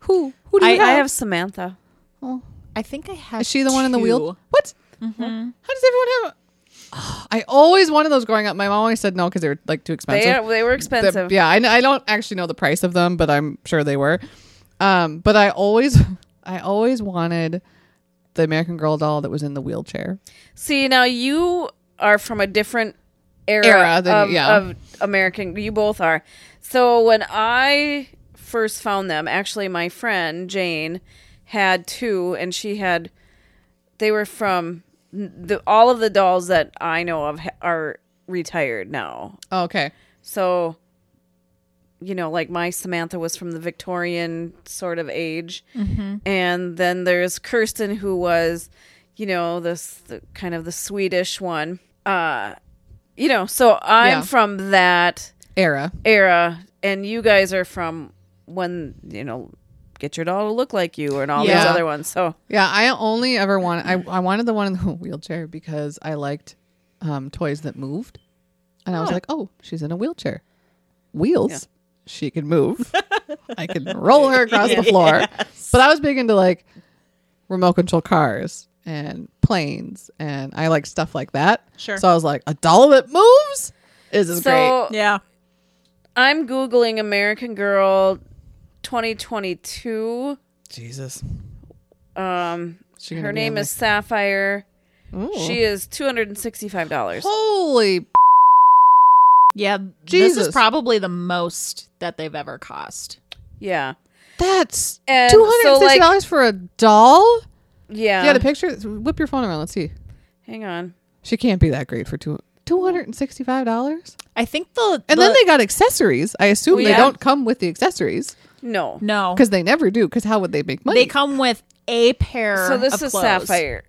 Speaker 2: who who do
Speaker 1: I,
Speaker 2: you
Speaker 1: I
Speaker 2: have?
Speaker 1: have Samantha.
Speaker 2: Oh,
Speaker 3: I think I have.
Speaker 2: Is she the one in the
Speaker 3: two.
Speaker 2: wheel? What? How does everyone have? Oh, I always wanted those growing up. My mom always said no because they were like too expensive.
Speaker 1: They are, they were
Speaker 2: The-
Speaker 1: expensive.
Speaker 2: yeah, I, kn- I don't actually know the price of them, but I'm sure they were. Um, but I always, I always wanted the American Girl doll that was in the wheelchair.
Speaker 1: See, now you are from a different era,
Speaker 2: Era than-
Speaker 1: of,
Speaker 2: yeah.
Speaker 1: of American. You both are. So when I first found them, actually, my friend Jane had two, and she had. They were from the all of the dolls that I know of ha- are retired now.
Speaker 2: Oh, okay,
Speaker 1: So, you know, like my Samantha was from the Victorian sort of age.
Speaker 2: Mm-hmm.
Speaker 1: And then there's Kirsten, who was, you know, this the, kind of the Swedish one. Uh, you know, so I'm
Speaker 2: Yeah.
Speaker 1: from that
Speaker 2: era.
Speaker 1: era, and you guys are from when, you know, get your doll to look like you and all these
Speaker 2: Yeah.
Speaker 1: other ones. So,
Speaker 2: Yeah, I only ever wanted. I, I wanted the one in the wheelchair because I liked um, toys that moved, and I was like, oh, she's in a wheelchair, wheels. She can move. I can roll her across the floor. But I was big into like remote control cars and planes, and I like stuff like that.
Speaker 3: Sure.
Speaker 2: So I was like, a doll that moves. This is
Speaker 1: so
Speaker 3: Yeah.
Speaker 1: I'm Googling American Girl 2022.
Speaker 2: great. Jesus.
Speaker 1: Um,
Speaker 2: She gonna
Speaker 1: Her
Speaker 2: be in
Speaker 1: name
Speaker 2: there.
Speaker 1: is Sapphire.
Speaker 2: Ooh.
Speaker 1: She is two hundred and sixty-five dollars.
Speaker 2: holy. p-
Speaker 3: Yeah. This
Speaker 2: Jesus.
Speaker 3: is probably the most that they've ever cost.
Speaker 1: Yeah,
Speaker 2: That's
Speaker 1: And so,
Speaker 2: two hundred and sixty dollars for a doll.
Speaker 1: yeah.
Speaker 2: Yeah, the picture. Whip your phone around. Let's see.
Speaker 1: Hang on.
Speaker 2: She can't be that great for two two hundred and sixty five dollars.
Speaker 3: I think the.
Speaker 2: And then they got accessories. I assume
Speaker 1: Well,
Speaker 2: they
Speaker 1: yeah.
Speaker 2: don't come with the accessories
Speaker 1: No.
Speaker 3: No.
Speaker 2: because they never do. Because how would they make money?
Speaker 3: They come with a pair
Speaker 1: So this
Speaker 3: of
Speaker 1: is
Speaker 3: clothes.
Speaker 1: Sapphire.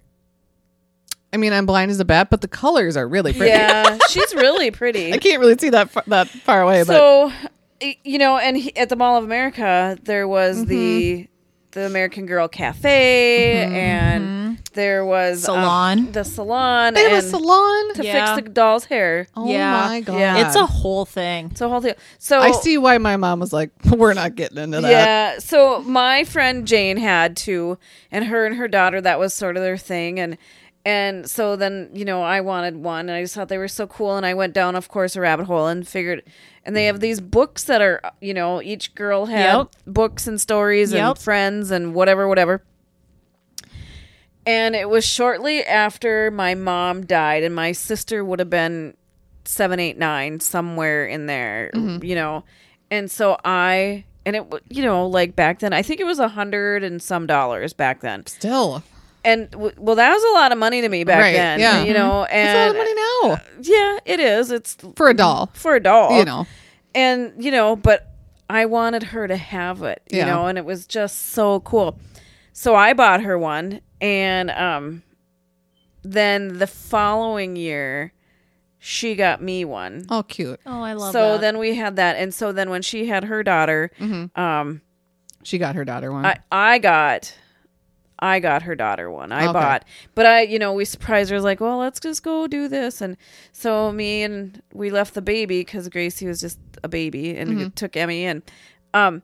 Speaker 2: I mean, I'm blind as a bat, but the colors are really pretty.
Speaker 1: Yeah, she's really pretty.
Speaker 2: I can't really see that far, that far away. but
Speaker 1: So, y- you know, and he, at the Mall of America, there was
Speaker 2: Mm-hmm.
Speaker 1: the the American Girl Cafe,
Speaker 2: Mm-hmm.
Speaker 1: and there was um,
Speaker 3: Salon.
Speaker 1: the salon,
Speaker 2: they have a
Speaker 1: and
Speaker 2: salon.
Speaker 1: to
Speaker 3: Yeah.
Speaker 1: fix the doll's hair.
Speaker 2: oh
Speaker 3: Yeah.
Speaker 2: my god,
Speaker 1: Yeah.
Speaker 3: It's a whole thing.
Speaker 1: So whole deal. So
Speaker 2: I see why my mom was like, "We're not getting into that."
Speaker 1: Yeah. So my friend Jane had two, and her and her daughter that was sort of their thing, and and so then you know I wanted one, and I just thought they were so cool, and I went down, of course, a rabbit hole, and figured, and they have these books that are you know each girl had
Speaker 3: Yep.
Speaker 1: books and stories
Speaker 3: Yep.
Speaker 1: and friends and whatever whatever. And it was shortly after my mom died, and my sister would have been seven, eight, nine, somewhere in there,
Speaker 2: Mm-hmm.
Speaker 1: you know. And so I, and it, w- you know, like back then, I think it was a hundred and some dollars back then.
Speaker 2: Still,
Speaker 1: And w- well, that was a lot of money to me back
Speaker 2: Right,
Speaker 1: then,
Speaker 2: yeah.
Speaker 1: you know.
Speaker 2: it's a lot
Speaker 1: And
Speaker 2: of money now
Speaker 1: yeah, it is. It's
Speaker 2: for a doll.
Speaker 1: for a doll,
Speaker 2: You know,
Speaker 1: and you know but i wanted her to have it you
Speaker 2: Yeah.
Speaker 1: know and it was just so cool so i bought her one and um then the following year she got me one
Speaker 2: oh cute.
Speaker 3: Oh, I love
Speaker 1: so
Speaker 3: that.
Speaker 1: then we had that and so then when she had her daughter um
Speaker 2: She got her daughter one.
Speaker 1: I, I got I got her daughter one. I
Speaker 2: Okay.
Speaker 1: bought. But I, you know, we surprised her like, "Well, let's just go do this." And so me and we left the baby cuz Gracie was just a baby and we took Emmy and um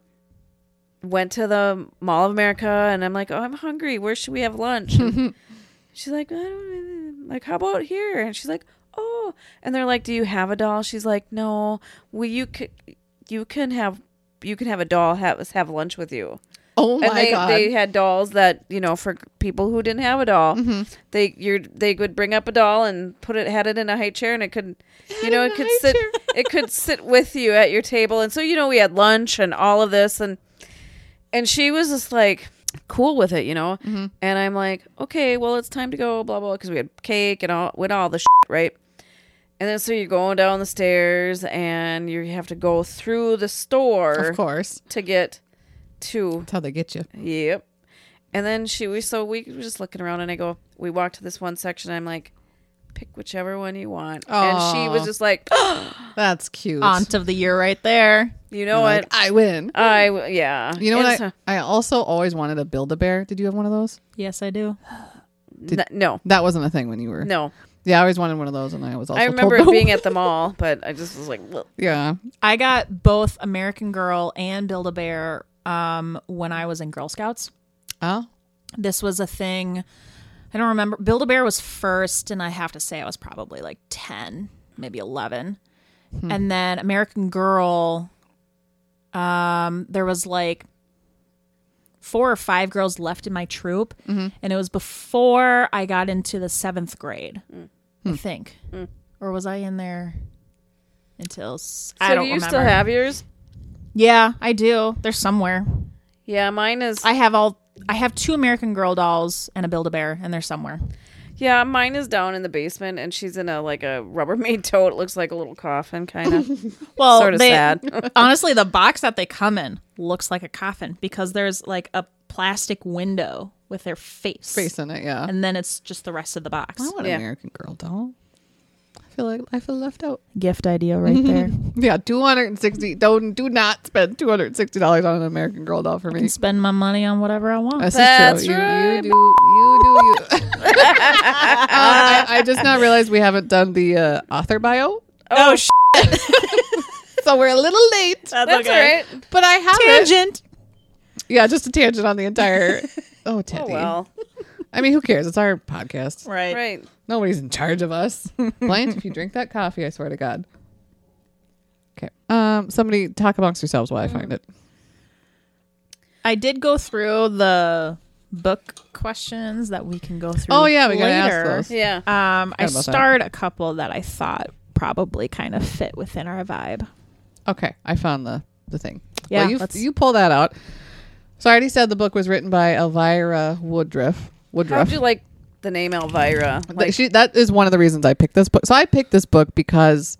Speaker 1: went to the Mall of America and I'm like, oh, I'm hungry. Where should we have lunch? And she's like, I don't like. How about here? And she's like, oh. And they're like, do you have a doll? She's like, no. Well, you could, you can have, you can have a doll. Have us have lunch with you.
Speaker 2: Oh my
Speaker 1: and they,
Speaker 2: god.
Speaker 1: they had dolls that you know for people who didn't have a doll,
Speaker 2: Mm-hmm.
Speaker 1: they you're, they would bring up a doll and put it had it in a high chair and it could, you know,
Speaker 2: in
Speaker 1: it
Speaker 2: a
Speaker 1: could
Speaker 2: high
Speaker 1: sit
Speaker 2: chair.
Speaker 1: it could sit with you at your table. And so you know we had lunch and all of this and and she was just like cool with it, you know.
Speaker 2: Mm-hmm.
Speaker 1: And I'm like, okay, well it's time to go, blah blah, because we had cake and all with all the shit, right. And then so you're going down the stairs and you have to go through the store
Speaker 2: of course.
Speaker 1: to get to
Speaker 2: That's how they get you.
Speaker 1: Yep. And then she we so we were just looking around and I go, we walked to this one section. I'm like, pick whichever one you want. And she was
Speaker 2: Aw.
Speaker 1: just like,
Speaker 2: That's cute.
Speaker 3: Aunt of the year right there.
Speaker 1: you know
Speaker 2: Like,
Speaker 1: what?
Speaker 2: I win.
Speaker 1: I w- yeah.
Speaker 2: You know what?
Speaker 1: It's-
Speaker 2: I, I also always wanted a Build a Bear. Did you have one of those?
Speaker 3: Yes, I do.
Speaker 1: N- no,
Speaker 2: That wasn't a thing when you were.
Speaker 1: no.
Speaker 2: Yeah, I always wanted one of those, and I was also.
Speaker 1: I remember
Speaker 2: told
Speaker 1: it
Speaker 2: no.
Speaker 1: being at the mall, but I just was like, "Ugh."
Speaker 2: yeah.
Speaker 3: I got both American Girl and Build a Bear um, when I was in Girl Scouts.
Speaker 2: Oh,
Speaker 3: This was a thing. I don't remember. Build a Bear was first, and I have to say I was probably like 10, maybe 11. And then American Girl, um, there was like four or five girls left in my troop. And it was before I got into the seventh grade, I think. Or was I in there until. s-
Speaker 1: so
Speaker 3: I don't
Speaker 1: do you
Speaker 3: remember.
Speaker 1: still have yours?
Speaker 3: Yeah, I do. They're somewhere.
Speaker 1: Yeah, mine is.
Speaker 3: I have all. I have two American Girl dolls and a Build a Bear, and they're somewhere.
Speaker 1: yeah, mine is down in the basement, and she's in a like a Rubbermaid tote. It looks like a little coffin, kind of.
Speaker 3: Well,
Speaker 1: Sorta
Speaker 3: they-
Speaker 1: sad.
Speaker 3: honestly, the box that they come in looks like a coffin because there's like a plastic window with their face,
Speaker 2: face in it. Yeah.
Speaker 3: and then it's just the rest of the box.
Speaker 2: I want
Speaker 1: Yeah.
Speaker 2: an American Girl doll. I feel like I feel left out.
Speaker 3: Gift idea right there.
Speaker 2: Yeah, two hundred and sixty. Don't do not spend two hundred and sixty dollars on an American Girl doll for me.
Speaker 3: and spend my money on whatever I want.
Speaker 2: That's,
Speaker 1: That's
Speaker 2: true. You-
Speaker 1: right.
Speaker 2: You, do. You do. You. Uh, I, I just now realized we haven't done the uh, author bio,
Speaker 1: oh, sh-
Speaker 2: so we're a little late.
Speaker 1: that's all right.
Speaker 2: But I have it.
Speaker 3: Tangent.
Speaker 2: Yeah, just a tangent on the entire. Oh, Teddy.
Speaker 1: Oh well,
Speaker 2: I mean, who cares? It's our podcast.
Speaker 3: Right.
Speaker 1: right.
Speaker 2: Nobody's in charge of us. Blanche, if you drink that coffee, I swear to God. Okay. Um. Somebody talk amongst yourselves while I find
Speaker 1: Mm.
Speaker 2: it.
Speaker 3: I did go through the book questions that we can go through.
Speaker 2: Oh, yeah, we gotta ask
Speaker 3: later.
Speaker 2: those.
Speaker 1: Yeah.
Speaker 3: Um, I
Speaker 2: about that.
Speaker 3: starred a couple that I thought probably kind of fit within our vibe.
Speaker 2: Okay, I found the the thing.
Speaker 3: Yeah,
Speaker 2: Well, you
Speaker 3: let's-
Speaker 2: you pull that out. So I already said the book was written by Elvira Woodruff.
Speaker 1: How'd
Speaker 2: Woodruff.
Speaker 1: you like the name Elvira?
Speaker 2: Th-
Speaker 1: Like,
Speaker 2: she, that is one of the reasons I picked this book. So I picked this book because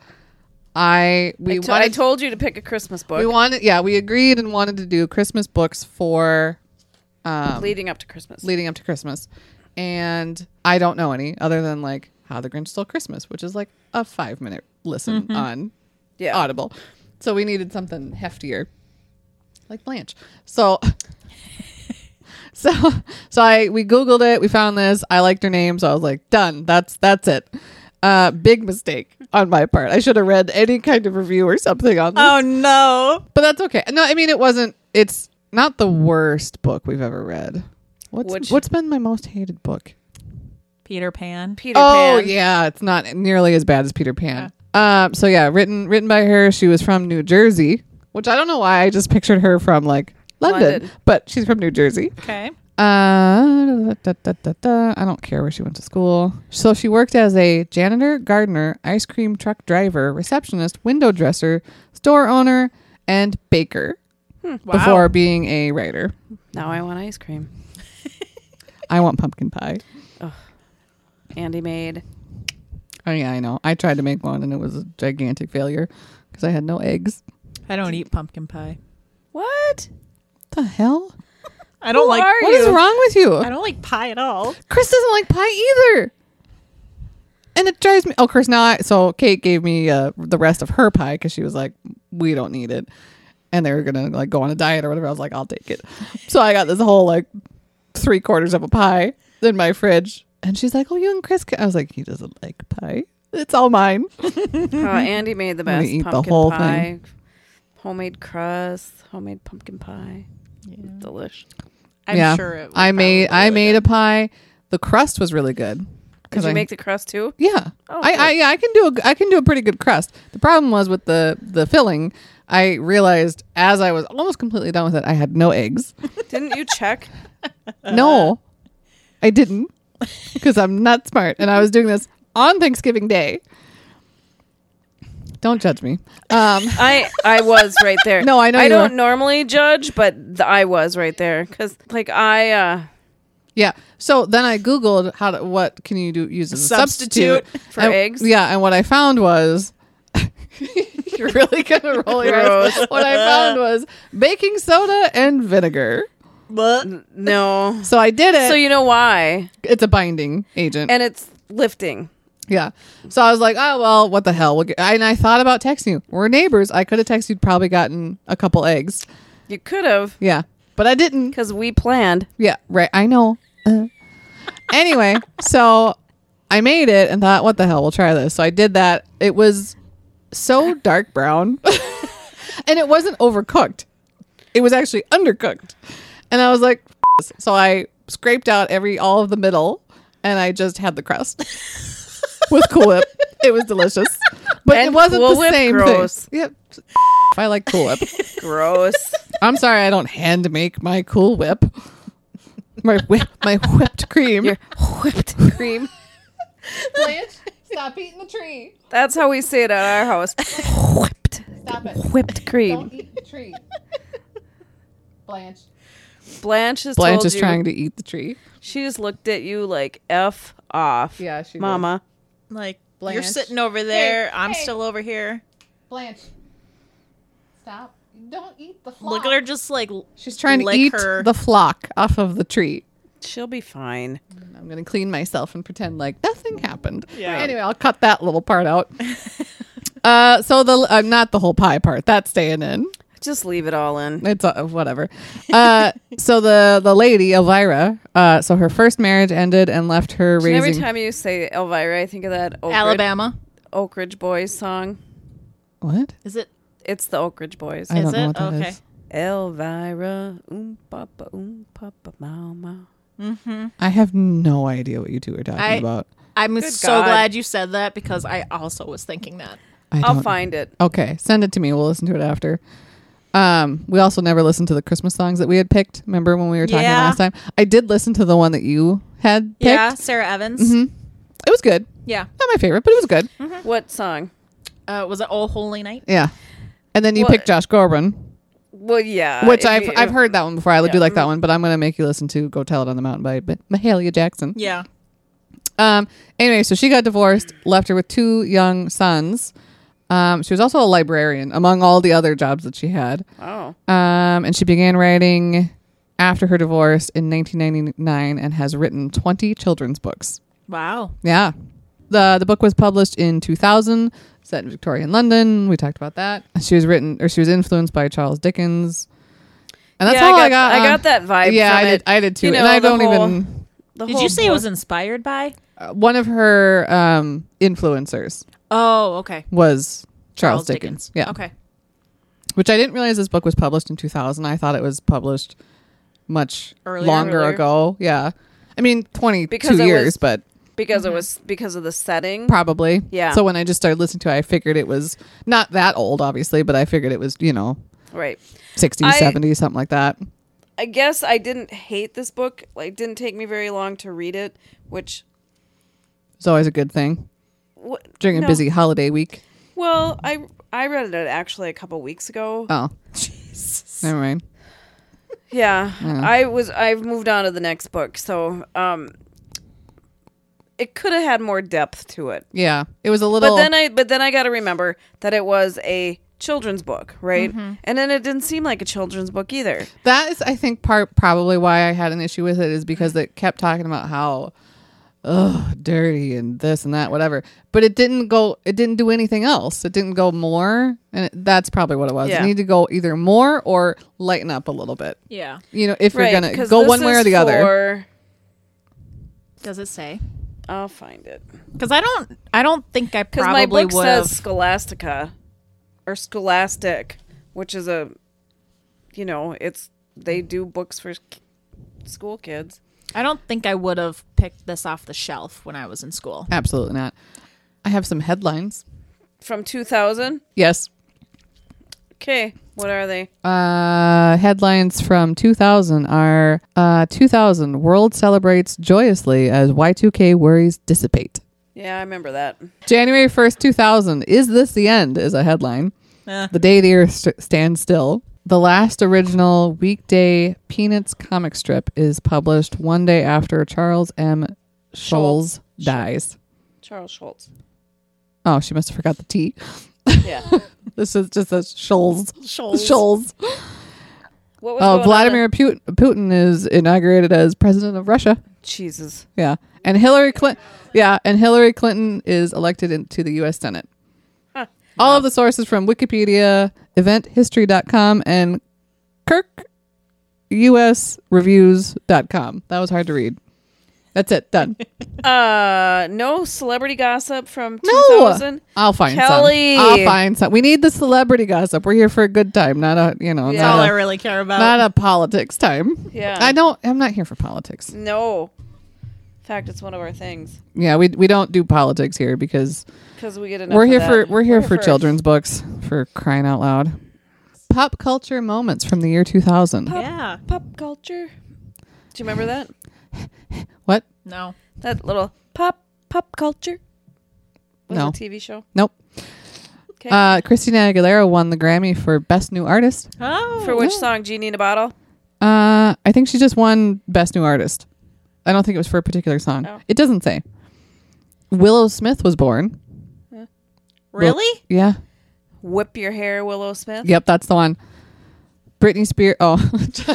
Speaker 2: I we
Speaker 1: I to- I
Speaker 2: wanted
Speaker 1: told you to pick a Christmas book
Speaker 2: we wanted yeah we agreed and wanted to do Christmas books for um,
Speaker 1: leading up to Christmas.
Speaker 2: leading up to Christmas, and I don't know any other than like How the Grinch Stole Christmas, which is like a five minute listen on
Speaker 1: Yeah.
Speaker 2: Audible. So we needed something heftier, like Blanche. So, so, so I we googled it. We found this. I liked her name, so I was like, done. That's that's it. Uh, big mistake on my part. I should have read any kind of review or something on this
Speaker 3: Oh, no.
Speaker 2: but that's okay. No, I mean it wasn't. It's not the worst book we've ever read. What's
Speaker 1: Which-
Speaker 2: what's been my most hated book?
Speaker 3: Peter Pan.
Speaker 1: Peter
Speaker 2: oh
Speaker 1: Pan.
Speaker 2: yeah, it's not nearly as bad as Peter Pan. Um, so yeah, written written by her. She was from New Jersey, which I don't know why I just pictured her from like London,
Speaker 1: London.
Speaker 2: but she's from New Jersey.
Speaker 3: Okay.
Speaker 2: Uh, da, da, da, da, da. I don't care where she went to school. So she worked as a janitor, gardener, ice cream truck driver, receptionist, window dresser, store owner, and baker before being a writer.
Speaker 1: Now I want ice cream.
Speaker 2: I want pumpkin pie.
Speaker 1: Andy made.
Speaker 2: Oh yeah, I know. I tried to make one and it was a gigantic failure because I had no eggs.
Speaker 3: I don't eat pumpkin pie.
Speaker 1: What?
Speaker 2: The hell?
Speaker 3: I don't
Speaker 1: Who
Speaker 3: like.
Speaker 1: are
Speaker 2: What is wrong with
Speaker 3: I
Speaker 2: you?
Speaker 3: don't like pie at all.
Speaker 2: Chris doesn't like pie either. And it drives me. Oh, Chris, now I, so Kate gave me uh, the rest of her pie because she was like, "We don't need it," and they were gonna like go on a diet or whatever. I was like, "I'll take it." So I got this whole like three quarters of a pie in my fridge, and she's like, "Oh, you and Chris?" Can-. I was like, "He doesn't like pie. It's all mine."
Speaker 1: Uh, Andy made the
Speaker 2: gonna
Speaker 1: best
Speaker 2: eat the
Speaker 1: pumpkin
Speaker 2: whole
Speaker 1: pie. Homemade crust, homemade pumpkin pie. Delish.
Speaker 3: I'm
Speaker 2: yeah.
Speaker 3: sure it was
Speaker 2: I made
Speaker 3: probably
Speaker 2: I
Speaker 3: really
Speaker 2: made
Speaker 3: good.
Speaker 2: a pie. The crust was really good.
Speaker 1: Did you
Speaker 2: I,
Speaker 1: make the crust too?
Speaker 2: Yeah.
Speaker 1: Oh,
Speaker 2: I,
Speaker 1: good.
Speaker 2: I yeah, I can do a g- I can do a pretty good crust. The problem was with the the filling. I realized as I was almost completely done with it, I had no eggs.
Speaker 1: Didn't you check? Uh-huh.
Speaker 2: no, I didn't because I'm not smart, and I was doing this on Thanksgiving Day. Don't judge me. Um,
Speaker 1: I I was right there.
Speaker 2: No, I know
Speaker 1: I
Speaker 2: you
Speaker 1: don't
Speaker 2: were.
Speaker 1: normally judge, but th- I was right there because like I uh
Speaker 2: yeah. So then I googled how to, what can you do use as a
Speaker 3: Substitute
Speaker 2: substitute,
Speaker 1: for
Speaker 2: And-
Speaker 1: eggs?
Speaker 2: Yeah, and what I found was. You're really gonna roll your eyes.
Speaker 1: Gross.
Speaker 2: What I found was baking soda and vinegar.
Speaker 3: Mm.
Speaker 1: n- no.
Speaker 2: So I did it.
Speaker 1: So you know why?
Speaker 2: it's a binding agent.
Speaker 1: And it's lifting.
Speaker 2: yeah. So I was like, oh well, what the hell? We'll get, and I thought about texting you. We're neighbors. I could have texted you. Probably gotten a couple eggs.
Speaker 1: You could have
Speaker 2: Yeah, but I didn't.
Speaker 1: because we planned.
Speaker 2: Yeah, right. I know. Uh. anyway, so I made it and thought, what the hell? We'll try this. So I did that. It was so dark brown, and it wasn't overcooked. It was actually undercooked, and I was like, "F- this." so I scraped out every all of the middle, and I just had the crust with Cool Whip. It was delicious, but
Speaker 1: And
Speaker 2: it wasn't
Speaker 1: Cool
Speaker 2: the
Speaker 1: Whip?
Speaker 2: same
Speaker 1: Gross.
Speaker 2: thing. Yep. I like Cool Whip.
Speaker 1: Gross.
Speaker 2: I'm sorry, I don't hand make my Cool Whip. My whip, my whipped cream.
Speaker 1: Whipped cream.
Speaker 2: Blanche, stop eating the tree.
Speaker 1: That's how we say it at our house. Whipped.
Speaker 2: Stop it.
Speaker 1: Whipped cream.
Speaker 2: eat the tree. Blanche.
Speaker 1: Blanche has
Speaker 2: Blanche
Speaker 1: told
Speaker 2: is
Speaker 1: you-
Speaker 2: trying to eat the tree.
Speaker 1: She just looked at you like f off.
Speaker 2: Yeah, she did.
Speaker 1: Mama.
Speaker 3: Like you're
Speaker 2: Blanche.
Speaker 3: sitting over there, I'm
Speaker 2: hey.
Speaker 3: still over here.
Speaker 2: Blanche. Stop. Don't eat the flock.
Speaker 3: Look at her just like
Speaker 2: She's trying to
Speaker 3: lick
Speaker 2: eat
Speaker 3: her.
Speaker 2: the flock off of the tree.
Speaker 1: She'll be fine.
Speaker 2: I'm going to clean myself and pretend like nothing happened.
Speaker 3: Yeah.
Speaker 2: Anyway, I'll cut that little part out. uh, so the uh, not the whole pie part. That's staying in.
Speaker 1: Just leave it all in.
Speaker 2: It's uh, whatever. Uh, so the the lady Elvira, uh, so her first marriage ended and left her
Speaker 1: And
Speaker 2: raising.
Speaker 1: every time you say Elvira, I think of that Oak Ridge,
Speaker 3: Alabama.
Speaker 1: Oak Ridge Boys song.
Speaker 2: what?
Speaker 3: Is it?
Speaker 1: It's the Oak Ridge Boys.
Speaker 2: I don't
Speaker 3: Is
Speaker 2: know
Speaker 3: it?
Speaker 2: what that
Speaker 3: Okay.
Speaker 2: is.
Speaker 1: Elvira, oom papa, oom papa, mama.
Speaker 2: I have no idea what you two are talking
Speaker 3: I-
Speaker 2: about.
Speaker 3: I'm
Speaker 1: Good
Speaker 3: so
Speaker 1: God.
Speaker 3: glad you said that because I also was thinking that.
Speaker 2: I
Speaker 1: I'll
Speaker 2: don't-
Speaker 1: find it.
Speaker 2: Okay, send it to me. We'll listen to it after. Um, we also never listened to the Christmas songs that we had picked. Remember when we were talking
Speaker 3: Yeah.
Speaker 2: last time? I did listen to the one that you had picked.
Speaker 3: Yeah, Sarah Evans.
Speaker 2: It was good.
Speaker 3: Yeah.
Speaker 2: Not my favorite, but it was good.
Speaker 3: Hmm.
Speaker 1: What song?
Speaker 3: Uh, was it Oh Holy Night?
Speaker 2: Yeah. And then you
Speaker 1: Well,
Speaker 2: picked Josh Gorman.
Speaker 1: Well, yeah.
Speaker 2: Which
Speaker 1: Uh, if
Speaker 2: I've
Speaker 1: you-
Speaker 2: I've heard that one before. I do
Speaker 3: Yeah.
Speaker 2: like that one, but I'm gonna make you listen to "Go Tell It on the Mountain" by Ma- Mahalia Jackson.
Speaker 3: Yeah.
Speaker 2: Um. Anyway, so she got divorced, left her with two young sons. Um. She was also a librarian, among all the other jobs that she had.
Speaker 1: Oh,
Speaker 2: Um. And she began writing after her divorce in 1999, and has written 20 children's books.
Speaker 3: Wow.
Speaker 2: Yeah. The the book was published in 2000, set in Victorian London. We talked about that. She was written or she was influenced by Charles Dickens. And that's
Speaker 1: Yeah, I
Speaker 2: all I
Speaker 1: got-
Speaker 2: got.
Speaker 1: I
Speaker 2: on-
Speaker 1: got that vibe
Speaker 2: Yeah,
Speaker 1: from
Speaker 2: I did.
Speaker 1: it.
Speaker 2: I did too.
Speaker 1: You
Speaker 2: and
Speaker 1: know,
Speaker 2: I
Speaker 1: the
Speaker 2: don't
Speaker 1: whole-
Speaker 2: even.
Speaker 1: the
Speaker 3: Did
Speaker 1: whole
Speaker 3: you say it
Speaker 1: book.
Speaker 3: was inspired by?
Speaker 2: uh, One of her um, influencers
Speaker 3: Oh, okay.
Speaker 2: was Charles, Dickens. Yeah,
Speaker 3: Okay.
Speaker 2: which I didn't realize this book was published in 2000. I thought it was published much
Speaker 3: Earlier.
Speaker 2: longer
Speaker 1: Earlier.
Speaker 2: ago. Yeah, I mean 22
Speaker 1: Because it
Speaker 2: years,
Speaker 1: was-
Speaker 2: but
Speaker 1: because it was because of the setting?
Speaker 2: probably.
Speaker 1: Yeah.
Speaker 2: So when I just started listening to it, I figured it was not that old, obviously, but I figured it was, you know,
Speaker 1: right.
Speaker 2: 60s,
Speaker 1: I-
Speaker 2: 70s, something like that.
Speaker 1: I guess I didn't hate this book. Like, it didn't take me very long to read it, which
Speaker 2: It's always a good thing
Speaker 1: wh-
Speaker 2: during
Speaker 1: no.
Speaker 2: a busy holiday week.
Speaker 1: Well, I I read it actually a couple weeks ago.
Speaker 2: Oh, never mind.
Speaker 1: Yeah, I was. I've moved on to the next book, so um, it could have had more depth to it.
Speaker 2: Yeah, it was a little.
Speaker 1: But then I, but then I got to remember that it was a children's book, right?
Speaker 2: Mm-hmm.
Speaker 1: And then it didn't seem like a children's book either.
Speaker 2: That is, I think, part probably why I had an issue with it is because it kept talking about how, ugh, dirty and this and that, whatever. But it didn't go. It didn't do anything else. It didn't go more, and it, that's probably what it was.
Speaker 1: Yeah.
Speaker 2: It needed to go either more or lighten up a little bit.
Speaker 3: Yeah.
Speaker 2: You know, if
Speaker 1: right?
Speaker 2: you're gonna
Speaker 1: 'cause
Speaker 2: go
Speaker 1: this
Speaker 2: one way
Speaker 1: is
Speaker 2: or the other.
Speaker 1: for-
Speaker 3: Does it say?
Speaker 1: I'll find it
Speaker 3: Because I don't. I don't think I
Speaker 1: because my
Speaker 3: probably
Speaker 1: book
Speaker 3: would
Speaker 1: says
Speaker 3: have.
Speaker 1: Scholastica or Scholastic, which is a, you know, it's they do books for k- school kids.
Speaker 3: I don't think I would have picked this off the shelf when I was in school.
Speaker 2: Absolutely not. I have some headlines.
Speaker 1: From 2000?
Speaker 2: Yes.
Speaker 1: Okay, what are they?
Speaker 2: Uh, headlines from 2000 are uh, 2000 World celebrates joyously as Y2K worries dissipate.
Speaker 1: Yeah, I remember that.
Speaker 2: January 1st, 2000. Is this the end? Is a headline. The day the earth st- stands still. The last original weekday Peanuts comic strip is published one day after Charles M. Scholes dies.
Speaker 1: Charles Schultz.
Speaker 2: Oh, she must have forgot the T.
Speaker 1: Yeah.
Speaker 2: This is just a Scholes.
Speaker 3: Shoals.
Speaker 2: Scholes.
Speaker 1: What was
Speaker 2: Oh,
Speaker 1: going on
Speaker 2: Vladimir Pu- Putin is inaugurated as president of Russia.
Speaker 1: in- Jesus.
Speaker 2: Yeah, and Hillary Clinton. Yeah, and Hillary Clinton is elected into the U.S. Senate. All of the sources from Wikipedia, EventHistory.com, and KirkUSReviews.com. That was hard to read. That's it. Done.
Speaker 1: Uh, no celebrity gossip from
Speaker 2: No,
Speaker 1: 2000.
Speaker 2: I'll find
Speaker 1: Kelly.
Speaker 2: some. I'll find some. We need the celebrity gossip. We're here for a good time, not a you know,
Speaker 1: Yeah.
Speaker 3: All
Speaker 2: not,
Speaker 3: I
Speaker 2: a,
Speaker 3: really care about.
Speaker 2: not a politics time.
Speaker 1: Yeah.
Speaker 2: I don't. I'm not here for politics.
Speaker 1: No. In fact, it's one of our things
Speaker 2: Yeah, we we don't do politics here because
Speaker 1: because we get enough.
Speaker 2: we're
Speaker 1: of
Speaker 2: here
Speaker 1: that.
Speaker 2: for we're here for children's books for crying out loud. Pop culture moments from the year 2000.
Speaker 3: yeah.
Speaker 1: pop culture. Do you remember that?
Speaker 2: What?
Speaker 3: No.
Speaker 1: That little pop pop culture. Was
Speaker 2: No.
Speaker 1: a TV show
Speaker 2: Nope.
Speaker 1: Okay.
Speaker 2: Uh, Christina Aguilera won the Grammy for Best New Artist.
Speaker 3: Oh.
Speaker 1: for which
Speaker 2: yeah.
Speaker 1: song? Genie in a bottle.
Speaker 2: Uh, I think she just won Best New Artist. I don't think it was for a particular song.
Speaker 1: Oh.
Speaker 2: It doesn't say. Willow Smith was born.
Speaker 3: really?
Speaker 2: Yeah.
Speaker 1: Whip your hair, Willow Smith.
Speaker 2: Yep, that's the one. Britney Spears. Oh,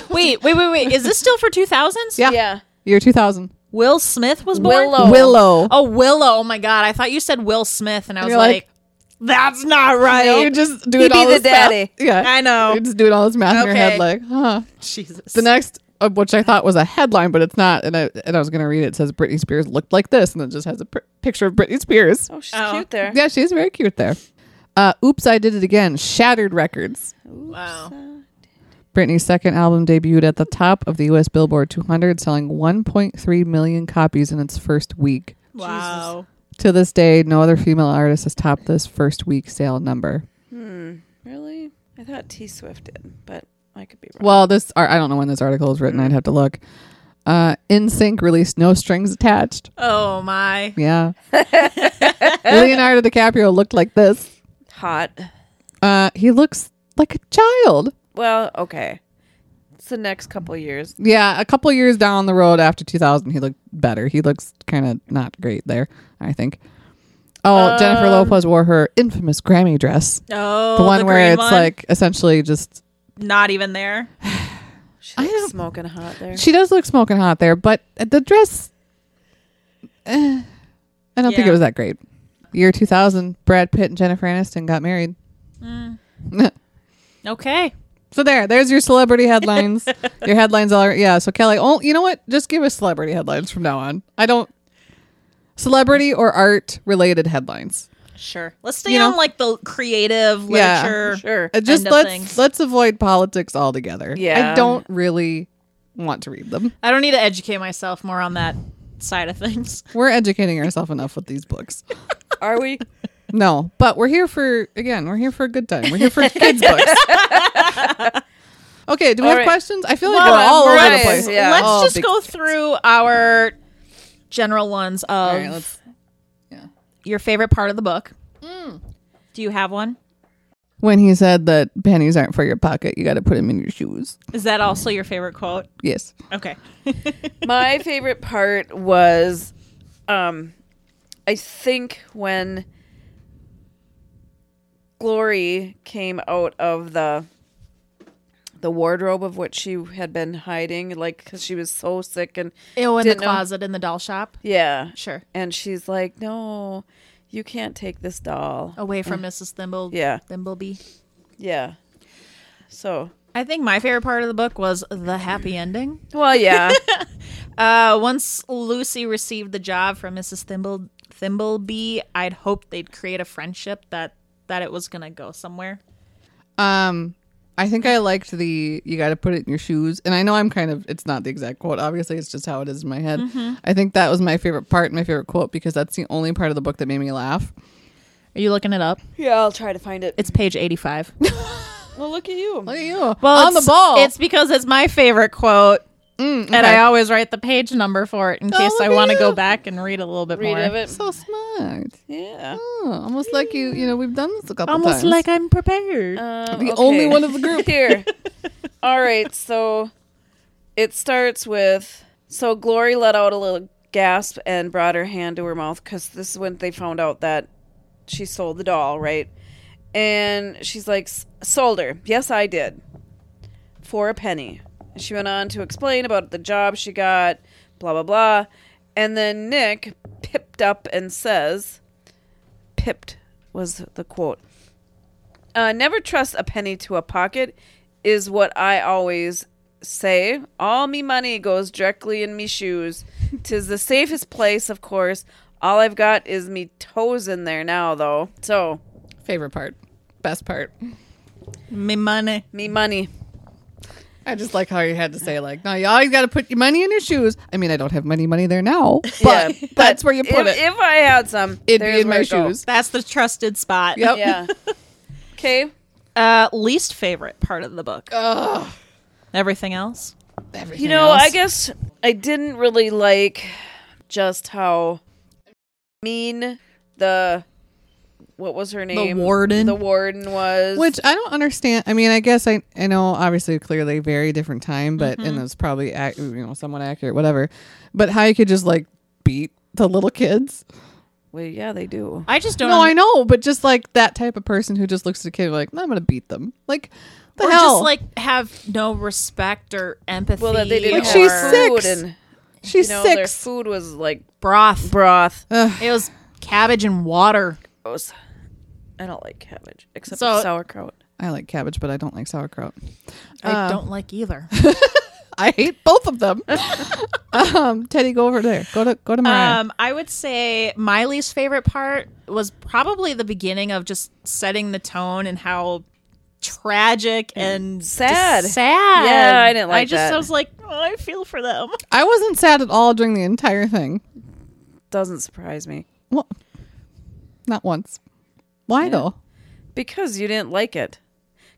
Speaker 3: Wait, wait, wait, wait. Is this still for 2000s?
Speaker 2: Yeah.
Speaker 1: Yeah.
Speaker 2: year 2000.
Speaker 3: Will Smith was born?
Speaker 1: Willow. Oh.
Speaker 2: Willow.
Speaker 3: Oh, Willow. Oh, my God. I thought you said Will Smith, and I was
Speaker 2: You're
Speaker 3: like,
Speaker 2: like,
Speaker 3: that's not right.
Speaker 2: You just do
Speaker 1: He
Speaker 2: it
Speaker 1: be
Speaker 2: all
Speaker 1: the
Speaker 2: this math.
Speaker 1: daddy.
Speaker 2: Yeah.
Speaker 3: I know.
Speaker 2: You just doing all this math in your
Speaker 1: Okay.
Speaker 2: head, like, huh.
Speaker 3: Jesus.
Speaker 2: The next, uh, which I thought was a headline, but it's not. And I and I was gonna read it. it says Britney Spears looked like this, and it just has a pr- picture of Britney Spears.
Speaker 1: Oh, she's
Speaker 3: Oh.
Speaker 1: cute there.
Speaker 2: Yeah, she's very cute there. Uh, Oops, I did it again. Shattered records.
Speaker 3: Wow.
Speaker 2: Britney's second album debuted at the top of the U.S. Billboard 200, selling 1.3 million copies in its first week.
Speaker 3: Wow.
Speaker 2: To this day, no other female artist has topped this first week sale number.
Speaker 1: Really? I thought T Swift did, but I could be wrong.
Speaker 2: Well, this ar- I don't know when this article was written. I'd have to look. Uh, NSYNC released "No Strings Attached."
Speaker 3: Oh, my.
Speaker 2: Yeah. Leonardo DiCaprio looked like this.
Speaker 1: Hot.
Speaker 2: Uh, he looks like a child.
Speaker 1: Well, okay. It's the next couple years.
Speaker 2: Yeah, a couple years down the road after 2000, he looked better. He looks kind of not great there, I think. Oh,
Speaker 3: Um,
Speaker 2: Jennifer Lopez wore her infamous Grammy dress.
Speaker 3: Oh,
Speaker 2: The one where
Speaker 3: green
Speaker 2: it's
Speaker 3: one?
Speaker 2: like essentially just.
Speaker 3: not even there.
Speaker 1: She's
Speaker 2: I
Speaker 1: like
Speaker 2: don't-
Speaker 1: smoking hot there.
Speaker 2: She does look smoking hot there, but the dress. eh, I don't think
Speaker 3: Yeah.
Speaker 2: it was that great. Year 2000, Brad Pitt and Jennifer Aniston got married.
Speaker 3: Okay.
Speaker 2: So there, there's your celebrity headlines. your headlines are yeah. So Kelly, oh, you know what? Just give us celebrity headlines from now on. I don't celebrity or art related headlines. Uh,
Speaker 3: Sure. Let's stay
Speaker 2: You know?
Speaker 3: on like the creative
Speaker 2: Yeah.
Speaker 3: literature.
Speaker 1: Sure.
Speaker 2: Uh, Just
Speaker 3: End of
Speaker 2: let's
Speaker 3: things.
Speaker 2: let's avoid politics altogether.
Speaker 1: Yeah.
Speaker 2: I don't really want to read them.
Speaker 3: I don't need to educate myself more on that side of things.
Speaker 2: We're educating ourselves enough with these books.
Speaker 1: Are we?
Speaker 2: No, but we're here for again. We're here for a good time. We're here for kids books. Okay, do we
Speaker 1: All
Speaker 2: have
Speaker 1: right.
Speaker 2: questions? I feel like
Speaker 1: Well,
Speaker 2: we're all over the
Speaker 1: right,
Speaker 2: place.
Speaker 1: yeah.
Speaker 3: Let's
Speaker 2: All
Speaker 3: just
Speaker 2: big-
Speaker 3: go through our general ones of
Speaker 2: All right, let's
Speaker 3: your favorite part of the book. Mm. Do you have one?
Speaker 2: when he said that panties aren't for your pocket, you got to put them in your shoes.
Speaker 3: Is that also your favorite quote?
Speaker 2: Yes.
Speaker 3: Okay.
Speaker 1: My favorite part was, um, I think when Glory came out of the the wardrobe of what she had been hiding, like because she was so sick and
Speaker 3: Oh, in
Speaker 1: Didn't
Speaker 3: the
Speaker 1: know.
Speaker 3: closet in the doll shop.
Speaker 1: yeah,
Speaker 3: Sure.
Speaker 1: and she's like, "No, you can't take this doll."
Speaker 3: Away
Speaker 2: Mm.
Speaker 3: from Mrs. Thimble.
Speaker 1: Yeah.
Speaker 3: Thimbleby.
Speaker 1: Yeah. So
Speaker 3: I think my favorite part of the book was the happy ending.
Speaker 1: well, yeah,
Speaker 3: Uh, once Lucy received the job from Mrs. Thimble Thimbleby, I'd hoped they'd create a friendship that that it was gonna go somewhere.
Speaker 2: Um, I think I liked the you got to put it in your shoes. And I know I'm kind of it's not the exact quote. Obviously, it's just how it is in my head. I think that was my favorite part, my favorite quote because that's the only part of the book that made me laugh.
Speaker 3: Are you looking it up?
Speaker 1: Yeah, I'll try to find it.
Speaker 3: It's page 85.
Speaker 1: well, look at you.
Speaker 2: Look at you.
Speaker 3: Well,
Speaker 2: on the
Speaker 3: it's-
Speaker 2: ball.
Speaker 3: It's because it's my favorite quote,
Speaker 2: Mm,
Speaker 3: and
Speaker 2: okay.
Speaker 3: I always write the page number for Oh, it in case
Speaker 2: look
Speaker 3: I
Speaker 2: at
Speaker 3: want to
Speaker 2: you.
Speaker 3: go back and read a little bit
Speaker 1: Read
Speaker 3: more.
Speaker 1: of it.
Speaker 2: so smart.
Speaker 1: Yeah.
Speaker 2: Oh, almost like you, you know, we've done this a couple
Speaker 3: Almost
Speaker 2: times.
Speaker 3: like I'm prepared.
Speaker 1: Um,
Speaker 2: The only one of the group.
Speaker 1: here. All right, so it starts with so Glory let out a little gasp and brought her hand to her mouth because this is when they found out that she sold the doll, right? And she's like, "S- "Sold her? Yes, I did, for a penny." And she went on to explain about the job she got, blah blah blah, and then Nick pipped up and says, "Pipped" was the quote uh, never trust a penny to a pocket is what I always say. All me money goes directly in me shoes. Tis the safest place, of course. All I've got is me toes in there now, though. So
Speaker 2: favorite part, best part.
Speaker 3: Me money.
Speaker 1: me money.
Speaker 2: I just like how you had to say like, no, you always got to put your money in your shoes. I mean, I don't have money money there now, but
Speaker 1: Yeah,
Speaker 2: that's where you put
Speaker 1: if,
Speaker 2: it.
Speaker 1: If I had some,
Speaker 2: It'd be
Speaker 1: there's
Speaker 2: in my
Speaker 1: where it goes.
Speaker 2: shoes. Oh.
Speaker 3: That's the trusted spot.
Speaker 2: Yep.
Speaker 1: Yeah. Okay.
Speaker 3: Uh, least favorite part of the book.
Speaker 2: Ugh.
Speaker 3: Everything else.
Speaker 2: Everything
Speaker 1: You know,
Speaker 2: else.
Speaker 1: I guess I didn't really like just how mean the what was her name?
Speaker 3: warden.
Speaker 1: The warden was.
Speaker 2: Which I don't understand. I mean, I guess I I know obviously clearly very different time, but and
Speaker 3: Mm-hmm.
Speaker 2: it's probably ac- you know somewhat accurate, whatever. But how you could just like beat the little kids?
Speaker 1: well, yeah, they do.
Speaker 3: I just don't.
Speaker 2: no, I
Speaker 3: un-
Speaker 2: know, but just like that type of person who just looks at a kid like I'm gonna beat them. Like the
Speaker 3: Or
Speaker 2: hell?
Speaker 3: just like have no respect or empathy.
Speaker 1: Well, that they didn't
Speaker 2: Like,
Speaker 1: have
Speaker 2: she's
Speaker 1: food
Speaker 2: sick. six.
Speaker 1: and you
Speaker 2: she's
Speaker 1: know their
Speaker 2: six. Uh.
Speaker 1: food was like
Speaker 3: broth.
Speaker 1: broth.
Speaker 3: It was cabbage and water.
Speaker 1: Gross. I don't like cabbage except
Speaker 3: So-
Speaker 1: for sauerkraut.
Speaker 2: I like cabbage, but I don't like sauerkraut.
Speaker 3: I don't like either.
Speaker 2: I hate both of them. um, Teddy, go over there. Go to go to Mariah.
Speaker 3: Um, I would say my least favorite part was probably the beginning of just setting the tone and how tragic and just
Speaker 1: sad.
Speaker 3: Mm. sad.
Speaker 1: Yeah, I didn't like
Speaker 3: I just
Speaker 1: that.
Speaker 3: I was like, oh, I feel for them.
Speaker 2: I wasn't sad at all during the entire thing.
Speaker 1: Doesn't surprise me
Speaker 2: Well, not once. Why though?
Speaker 1: because you didn't like it.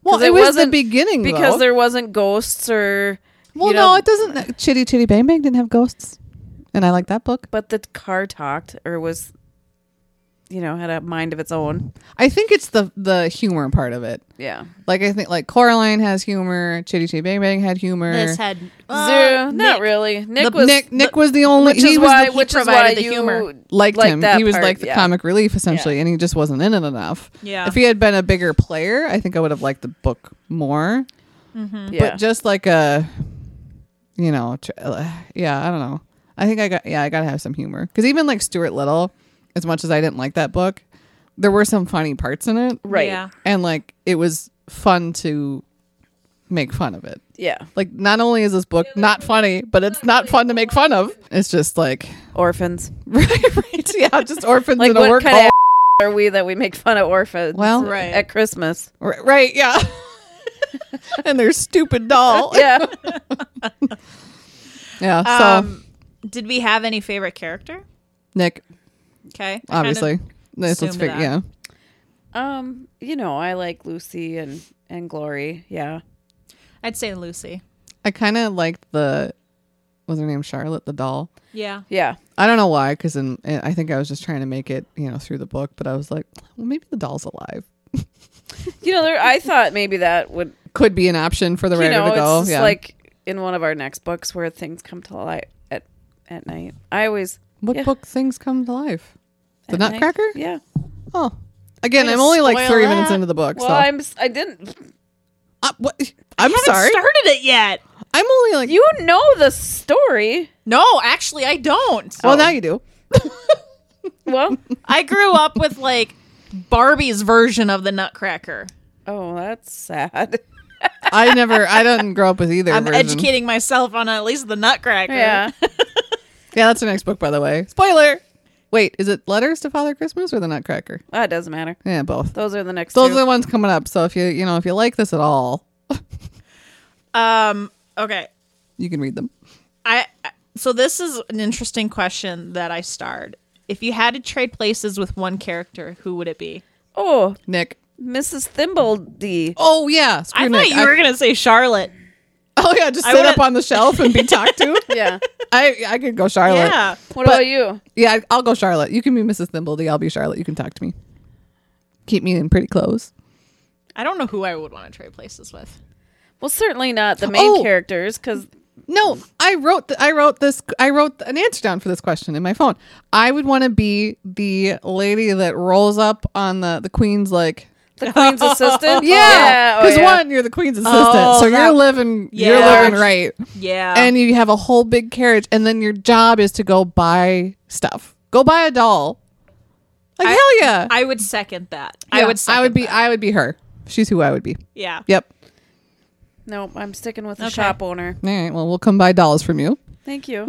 Speaker 1: 'Cause
Speaker 2: Well, it, was the beginning
Speaker 1: because
Speaker 2: though.
Speaker 1: there wasn't ghosts or
Speaker 2: Well,
Speaker 1: you
Speaker 2: no,
Speaker 1: know,
Speaker 2: it doesn't. uh, Chitty Chitty Bang Bang didn't have ghosts, and I like that book.
Speaker 1: but the car talked or was you know had a mind of its own.
Speaker 2: I think it's the the humor part of it.
Speaker 1: Yeah,
Speaker 2: Like I think like Coraline has humor. Chitty Chitty Bang Bang had humor.
Speaker 3: This had uh,
Speaker 1: Zero, not
Speaker 3: Nick.
Speaker 1: really. Nick
Speaker 2: Nick
Speaker 1: was
Speaker 2: Nick, Nick was the only.
Speaker 1: which
Speaker 2: he
Speaker 1: is
Speaker 2: was
Speaker 1: why
Speaker 2: the,
Speaker 1: which is
Speaker 3: provided
Speaker 1: why
Speaker 3: the
Speaker 1: you Mm-hmm.
Speaker 3: humor.
Speaker 2: liked,
Speaker 1: liked
Speaker 2: him.
Speaker 1: that
Speaker 2: He was
Speaker 1: part,
Speaker 2: like the
Speaker 1: yeah.
Speaker 2: comic relief essentially, and he just wasn't in it enough.
Speaker 3: Yeah.
Speaker 2: If he had been a bigger player, I think I would have liked the book more.
Speaker 1: Yeah.
Speaker 2: But just like a, you know, tr- uh, yeah, I don't know. I think I got yeah, I gotta have some humor because even like Stuart Little, as much as I didn't like that book, there were some funny parts in it,
Speaker 1: right.
Speaker 3: Yeah.
Speaker 2: and like it was fun to make fun of it.
Speaker 1: yeah.
Speaker 2: Like not only is this book not funny, but it's not fun to make fun of. It's just like
Speaker 1: Orphans.
Speaker 2: right, right, yeah, just orphans
Speaker 1: Like
Speaker 2: in a
Speaker 1: what
Speaker 2: work
Speaker 1: kind of
Speaker 2: home.
Speaker 1: are we that we make fun of orphans?
Speaker 2: Well-
Speaker 3: Right.
Speaker 1: at Christmas.
Speaker 2: R- right, yeah, and their stupid doll.
Speaker 1: Yeah.
Speaker 2: Yeah, so
Speaker 3: Um, did we have any favorite character?
Speaker 2: Nick,
Speaker 3: Okay, I kind of-
Speaker 2: obviously, this is
Speaker 3: assumed
Speaker 2: fig-
Speaker 3: that.
Speaker 2: yeah.
Speaker 1: um, you know, I like Lucy and and Glory. Yeah.
Speaker 3: I'd say Lucy.
Speaker 2: I kind of liked the what's her name Charlotte the doll.
Speaker 3: Yeah,
Speaker 1: Yeah.
Speaker 2: I don't know why because in, in- I think I was just trying to make it you know through the book, but I was like, well, maybe the doll's alive
Speaker 1: You know, there, I thought maybe that would
Speaker 2: could be an option for the
Speaker 1: you
Speaker 2: writer
Speaker 1: know,
Speaker 2: to go.
Speaker 1: it's just
Speaker 2: yeah,
Speaker 1: like in one of our next books where things come to light at at night. I always
Speaker 2: what
Speaker 1: yeah,
Speaker 2: book things come to life? The
Speaker 1: at night.
Speaker 2: Nutcracker.
Speaker 1: Yeah.
Speaker 2: Oh, again,
Speaker 3: Way to
Speaker 2: I'm only like
Speaker 3: spoil
Speaker 2: three minutes
Speaker 3: that.
Speaker 2: into the book,
Speaker 1: Well,
Speaker 2: so
Speaker 1: I'm s- I didn't
Speaker 2: Uh, what? I'm
Speaker 3: haven't
Speaker 2: sorry.
Speaker 3: started it yet.
Speaker 2: I'm only like
Speaker 1: You know the story.
Speaker 3: No, actually, I don't.
Speaker 2: Well, now you do.
Speaker 1: Well,
Speaker 3: I grew up with like Barbie's version of the Nutcracker.
Speaker 1: oh, that's sad.
Speaker 2: I never. I didn't grow up with either.
Speaker 3: I'm
Speaker 2: version.
Speaker 3: educating myself on at least the Nutcracker.
Speaker 1: Yeah.
Speaker 2: Yeah, that's the next book, by the way. Spoiler. Wait, is it Letters to Father Christmas or the Nutcracker?
Speaker 1: That doesn't matter.
Speaker 2: Yeah, both.
Speaker 1: Those are the next
Speaker 2: Those
Speaker 1: two.
Speaker 2: are the ones coming up. So if you you know if you like this at all,
Speaker 3: Um. Okay.
Speaker 2: You can read them.
Speaker 3: I. I- So this is an interesting question that I starred. If you had to trade places with one character, who would it be?
Speaker 1: Oh,
Speaker 2: Nick.
Speaker 1: Mrs. Thimbledy.
Speaker 2: Oh yeah, screw
Speaker 3: I
Speaker 2: Nick.
Speaker 3: thought you were gonna say Charlotte.
Speaker 2: oh yeah, just
Speaker 3: I
Speaker 2: sit up
Speaker 3: would've-
Speaker 2: on the shelf and be talked to.
Speaker 1: Yeah.
Speaker 2: I I could go Charlotte.
Speaker 3: Yeah.
Speaker 1: What about you?
Speaker 2: Yeah, I- I'll go Charlotte. You can be Mrs. Thimbledy. I'll be Charlotte. You can talk to me. Keep me in pretty clothes.
Speaker 3: I don't know who I would want to trade places with.
Speaker 1: Well, certainly not the main
Speaker 2: Oh.
Speaker 1: characters because
Speaker 2: No, I wrote th- I wrote this I wrote an answer down for this question in my phone. I would want to be the lady that rolls up on the the queen's like
Speaker 1: the queen's assistant.
Speaker 2: yeah
Speaker 1: oh,
Speaker 2: because one you're the queen's assistant
Speaker 3: Oh,
Speaker 2: so you're
Speaker 3: that-
Speaker 2: living you're
Speaker 3: Yeah.
Speaker 2: living right
Speaker 3: Yeah.
Speaker 2: and you have a whole big carriage and then your job is to go buy stuff go buy a doll like
Speaker 3: I-
Speaker 2: hell yeah
Speaker 3: I would second that. I
Speaker 2: Yeah,
Speaker 3: would. Second
Speaker 2: I would be
Speaker 3: that.
Speaker 2: I would be her she's who I would be
Speaker 3: Yeah.
Speaker 2: yep
Speaker 1: Nope, I'm sticking with the
Speaker 3: Okay.
Speaker 1: shop owner.
Speaker 2: all right well we'll come buy dolls from you
Speaker 1: Thank you.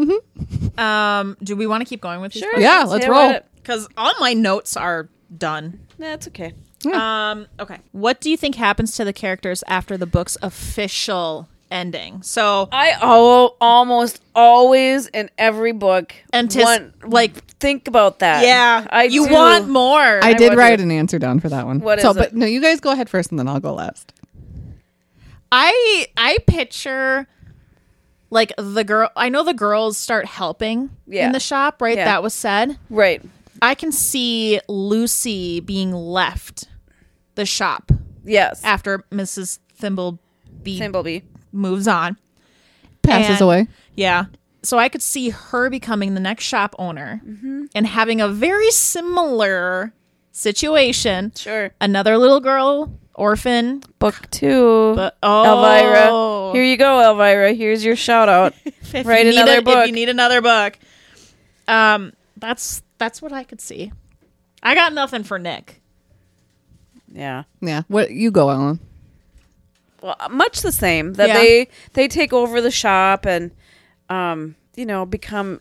Speaker 3: Um. Do we want to keep going with these?
Speaker 1: Sure.
Speaker 2: Mm-hmm. Yeah, let's
Speaker 1: hit
Speaker 2: roll.
Speaker 1: it.
Speaker 3: Because all my notes are done.
Speaker 1: That's okay.
Speaker 3: Um. Okay. What do you think happens to the characters after the book's official ending? So
Speaker 1: I al- almost always in every book
Speaker 3: Antis- like-
Speaker 1: think about that.
Speaker 3: yeah,
Speaker 1: I
Speaker 3: you
Speaker 1: do.
Speaker 3: want more.
Speaker 2: I did
Speaker 1: would
Speaker 2: write
Speaker 1: do.
Speaker 2: an answer down for that one
Speaker 1: What
Speaker 2: so
Speaker 1: is
Speaker 2: but
Speaker 1: it?
Speaker 2: no you guys go ahead first and then I'll go last
Speaker 3: I I picture like the girl. I know the girls start helping
Speaker 1: Yeah.
Speaker 3: in the shop, right?
Speaker 1: Yeah.
Speaker 3: That was said.
Speaker 1: right.
Speaker 3: I can see Lucy being left the shop
Speaker 1: Yes,
Speaker 3: after Mrs. Thimbleby
Speaker 1: Thimbleby.
Speaker 3: moves on.
Speaker 2: passes
Speaker 3: And-
Speaker 2: away
Speaker 3: Yeah. So I could see her becoming the next shop owner
Speaker 1: Mm-hmm.
Speaker 3: and having a very similar situation.
Speaker 1: Sure.
Speaker 3: Another little girl, orphan.
Speaker 1: Book two.
Speaker 3: But, oh,
Speaker 1: Elvira, here you go, Elvira. Here's your shout out.
Speaker 3: If
Speaker 1: Write
Speaker 3: you need
Speaker 1: another
Speaker 3: a- If
Speaker 1: book.
Speaker 3: you need another book. Um, that's that's what I could see. I got nothing for Nick.
Speaker 1: yeah.
Speaker 2: yeah what you go Ellen
Speaker 1: well, uh, much the same that
Speaker 3: Yeah.
Speaker 1: they they take over the shop and um you know become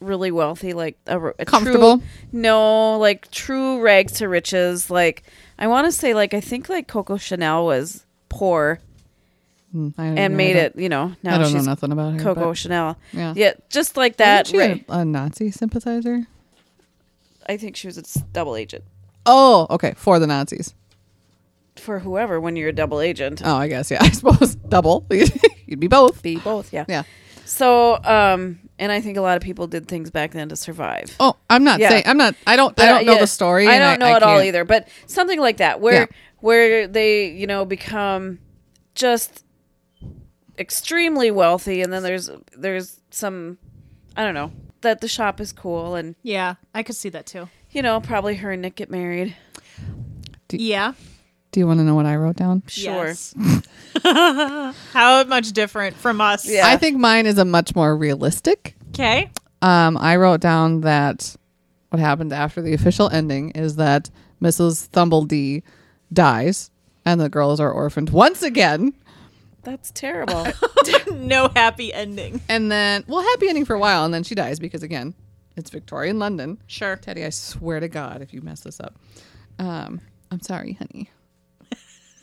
Speaker 1: really wealthy like a, r- a
Speaker 2: Comfortable?
Speaker 1: true, no like true rags to riches like i want to say like i think like coco chanel was poor
Speaker 2: Hmm, I don't even
Speaker 1: and
Speaker 2: know
Speaker 1: made
Speaker 2: that.
Speaker 1: it you know now
Speaker 2: I don't know
Speaker 1: she's
Speaker 2: nothing about her
Speaker 1: coco
Speaker 2: but-
Speaker 1: chanel
Speaker 2: Yeah.
Speaker 1: just like that
Speaker 2: Isn't she
Speaker 1: right
Speaker 2: a, a Nazi sympathizer?
Speaker 1: i think she was a s- double agent
Speaker 2: Oh, okay, for the Nazis.
Speaker 1: for whoever when you're a double agent
Speaker 2: Oh, I guess yeah. I suppose double. You'd be both.
Speaker 1: be both yeah
Speaker 2: Yeah.
Speaker 1: so um and i think a lot of people did things back then to survive
Speaker 2: Oh, I'm not
Speaker 1: Yeah.
Speaker 2: saying I'm not. I don't. I
Speaker 1: But,
Speaker 2: don't know
Speaker 1: yeah,
Speaker 2: the story.
Speaker 1: I
Speaker 2: and
Speaker 1: don't know it all
Speaker 2: can't-
Speaker 1: either, but something like that where
Speaker 2: Yeah.
Speaker 1: where they you know become just extremely wealthy, and then there's there's some I don't know that the shop is cool, and
Speaker 3: Yeah, I could see that too.
Speaker 1: you know probably her and Nick get married.
Speaker 3: Yeah.
Speaker 2: Do you want to know what I wrote down?
Speaker 1: Sure,
Speaker 3: Yes. How much different from us?
Speaker 1: Yeah.
Speaker 2: I think mine is a much more realistic.
Speaker 3: Okay.
Speaker 2: Um, I wrote down that what happened after the official ending is that Mrs. Thumbledy dies, and the girls are orphaned once again.
Speaker 1: that's terrible.
Speaker 3: no happy ending.
Speaker 2: And then, well, happy ending for a while, and then she dies because again, it's Victorian London.
Speaker 3: Sure.
Speaker 2: Teddy, I swear to God, if you mess this up, um, I'm sorry, honey.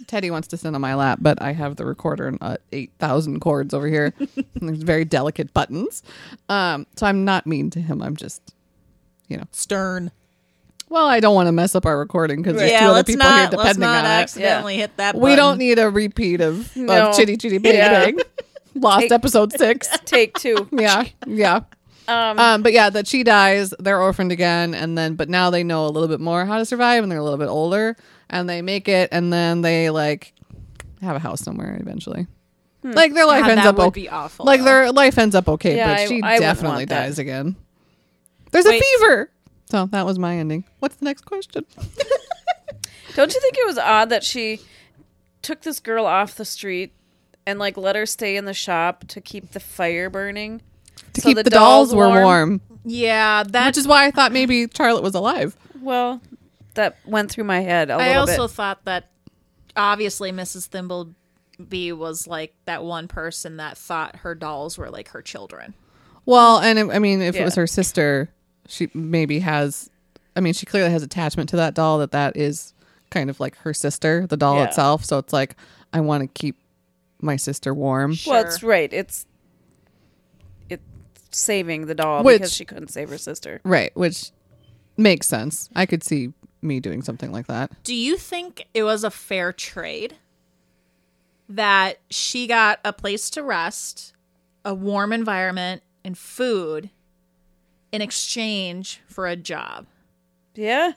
Speaker 2: Teddy wants to sit on my lap, but I have the recorder and uh, 8,000 cords over here. and there's very delicate buttons. Um, so I'm not mean to him. I'm just, you know,
Speaker 3: Stern.
Speaker 2: well, I don't want to mess up our recording because there's
Speaker 3: Yeah,
Speaker 2: two other
Speaker 3: let's
Speaker 2: people
Speaker 3: not
Speaker 2: here
Speaker 3: let's
Speaker 2: depending on
Speaker 3: not
Speaker 2: it.
Speaker 3: accidentally hit that.
Speaker 2: We
Speaker 3: button.
Speaker 2: don't need a repeat of,
Speaker 1: No.
Speaker 2: of Chitty Chitty Bang
Speaker 1: Yeah.
Speaker 2: Bang. Lost episode six.
Speaker 1: Take two.
Speaker 2: Yeah, yeah.
Speaker 1: Um,
Speaker 2: Um, but yeah, that she dies, they're orphaned again, and then but now they know a little bit more how to survive, and they're a little bit older, and they make it, and then they like have a house somewhere eventually. Like their life
Speaker 3: God,
Speaker 2: ends
Speaker 3: that
Speaker 2: up
Speaker 3: would
Speaker 2: okay.
Speaker 3: be awful,
Speaker 2: Like
Speaker 3: though.
Speaker 2: their life ends up okay,
Speaker 1: Hmm. Yeah,
Speaker 2: but
Speaker 1: I-
Speaker 2: she
Speaker 1: I wouldn't
Speaker 2: definitely
Speaker 1: want that.
Speaker 2: dies again. There's
Speaker 3: Wait.
Speaker 2: a fever. So that was my ending. What's the next question?
Speaker 1: Don't you think it was odd that she took this girl off the street and like let her stay in the shop to keep the fire burning?
Speaker 2: to
Speaker 1: So
Speaker 2: keep
Speaker 1: the
Speaker 2: the, dolls,
Speaker 1: dolls
Speaker 2: were
Speaker 1: warm?
Speaker 2: warm,
Speaker 3: Yeah, that.
Speaker 2: which is why I thought maybe Charlotte was alive.
Speaker 1: Well, that went through my head a
Speaker 3: I
Speaker 1: little
Speaker 3: also
Speaker 1: bit.
Speaker 3: thought that obviously Mrs. Thimbleby was like that one person that thought her dolls were like her children.
Speaker 2: Well, and it, I mean, if it was
Speaker 1: Yeah.
Speaker 2: her sister, she maybe has. I mean, she clearly has attachment to that doll. That that is kind of like her sister, the doll
Speaker 1: Yeah.
Speaker 2: itself. So it's like I want to keep my sister warm.
Speaker 1: Well, it's right. It's it's saving the doll
Speaker 2: Which-
Speaker 1: because she couldn't save her sister.
Speaker 2: Right, which makes sense. I could see me doing something like that.
Speaker 3: Do you think it was a fair trade that she got a place to rest, a warm environment, and food in exchange for a job?
Speaker 1: Yeah.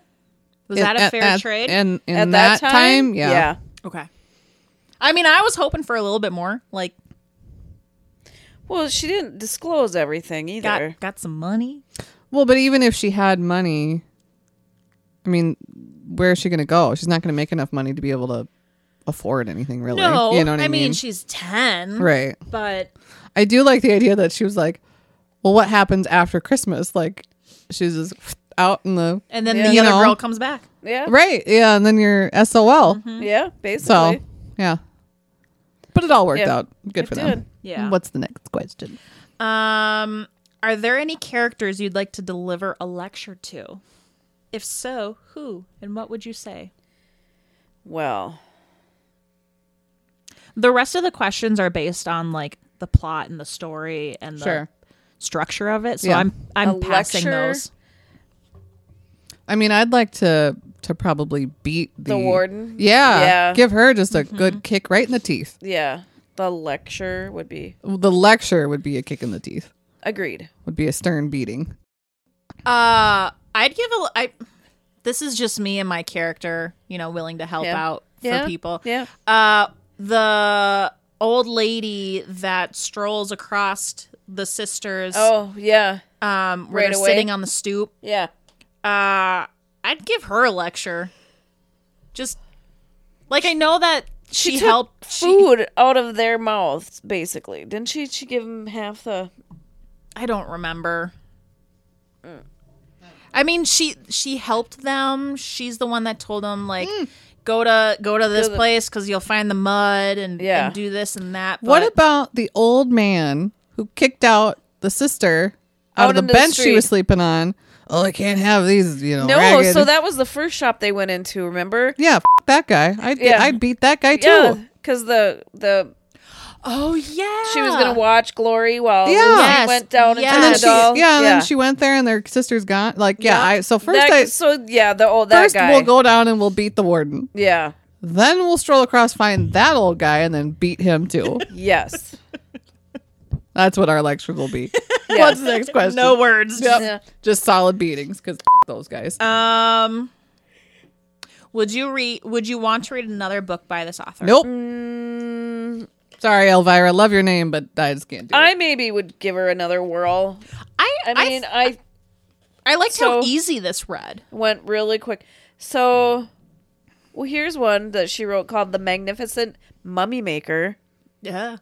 Speaker 3: Was that a
Speaker 2: At-
Speaker 3: fair
Speaker 2: at-
Speaker 3: trade?
Speaker 2: And in
Speaker 1: At
Speaker 2: that, time, yeah.
Speaker 1: Yeah.
Speaker 3: okay. I mean, I was hoping for a little bit more, like
Speaker 1: Well, she didn't disclose everything
Speaker 3: got
Speaker 1: either.
Speaker 3: got some money.
Speaker 2: Well, but even if she had money, I mean, where is she going to go? She's not going to make enough money to be able to afford anything, really.
Speaker 3: No,
Speaker 2: you know what
Speaker 3: I,
Speaker 2: I,
Speaker 3: mean, she's ten,
Speaker 2: right.
Speaker 3: But
Speaker 2: I do like the idea that she was like, "Well, what happens after Christmas?" Like, she's just out in the
Speaker 3: and then
Speaker 1: Yeah.
Speaker 3: the
Speaker 2: You
Speaker 3: other
Speaker 2: know.
Speaker 3: girl comes back.
Speaker 1: Yeah.
Speaker 2: right, yeah, and then you're SOL.
Speaker 1: Yeah.
Speaker 2: So,
Speaker 1: Basically.
Speaker 2: yeah, but it all worked
Speaker 1: Yeah.
Speaker 2: out. Good
Speaker 1: It
Speaker 2: for
Speaker 1: did.
Speaker 2: them.
Speaker 3: Yeah.
Speaker 2: What's the next question?
Speaker 3: Um, are there any characters you'd like to deliver a lecture to? If so, who and what would you say?
Speaker 1: Well,
Speaker 3: The rest of the questions are based on like the plot and the story and the
Speaker 2: Sure.
Speaker 3: structure of it. So
Speaker 2: Yeah.
Speaker 3: I'm I'm
Speaker 1: A
Speaker 3: passing
Speaker 1: lecture?
Speaker 3: those.
Speaker 2: I mean, I'd like to to probably beat the,
Speaker 1: The warden?
Speaker 2: Yeah,
Speaker 1: Yeah.
Speaker 2: give her just a good kick right in the teeth.
Speaker 1: yeah. The lecture would be
Speaker 2: The lecture would be a kick in the teeth.
Speaker 1: agreed.
Speaker 2: Would be a stern beating.
Speaker 3: Uh, I'd give a I. This is just me and my character, you know, willing to help
Speaker 1: Yeah.
Speaker 3: out for
Speaker 1: Yeah.
Speaker 3: people.
Speaker 1: Yeah.
Speaker 3: Uh, the old lady that strolls across the sisters,
Speaker 1: Oh, yeah.
Speaker 3: um, where
Speaker 1: right
Speaker 3: they're
Speaker 1: away.
Speaker 3: sitting on the stoop.
Speaker 1: Yeah.
Speaker 3: uh I'd give her a lecture. Just like I know that she,
Speaker 1: took
Speaker 3: helped She,
Speaker 1: Food out of their mouths, basically. Didn't she? She give them half the.
Speaker 3: I don't remember. I mean, she she helped them. She's the one that told them like go to go to this
Speaker 1: the-
Speaker 3: place because you'll find the mud and,
Speaker 1: Yeah.
Speaker 3: and do this and that.
Speaker 2: What
Speaker 3: but-
Speaker 2: about the old man who kicked out the sister
Speaker 1: Out
Speaker 2: out, of the
Speaker 1: into the
Speaker 2: bench she was
Speaker 1: street.
Speaker 2: sleeping on? Oh, I can't have these, you know.
Speaker 1: No,
Speaker 2: ragged-
Speaker 1: so that was the first shop they went into. Remember?
Speaker 2: yeah, f- that guy. I
Speaker 1: Yeah.
Speaker 2: I beat that guy too.
Speaker 1: Yeah, because the the
Speaker 3: oh yeah,
Speaker 1: she was gonna watch Glory while
Speaker 2: Yeah.
Speaker 1: Lucy
Speaker 3: Yes,
Speaker 1: went down into
Speaker 3: yes.
Speaker 2: And then
Speaker 1: the
Speaker 2: she,
Speaker 1: doll.
Speaker 2: yeah, and then she went there, and their sister's gone. Like, yeah. I so first,
Speaker 1: That-
Speaker 2: I
Speaker 1: so yeah, the old that
Speaker 2: first
Speaker 1: guy.
Speaker 2: we'll go down and we'll beat the warden.
Speaker 1: Yeah.
Speaker 2: Then we'll stroll across, find that old guy, and then beat him too.
Speaker 1: Yes.
Speaker 2: That's what our lectures will be.
Speaker 1: Yeah.
Speaker 2: What's the next question?
Speaker 3: no words.
Speaker 2: Yep.
Speaker 1: Yeah. Uh,
Speaker 2: just solid beatings because those guys.
Speaker 3: Um, would you read? Would you want to read another book by this author?
Speaker 2: nope.
Speaker 1: mm.
Speaker 2: Sorry, Elvira. Love your name, but I just can't do it.
Speaker 1: I maybe would give her another whirl.
Speaker 3: I
Speaker 1: I mean, I,
Speaker 3: I liked how
Speaker 1: So-
Speaker 3: easy this read.
Speaker 1: went really quick. So, well, here's one that she wrote called "The Magnificent Mummy Maker."
Speaker 3: Yeah.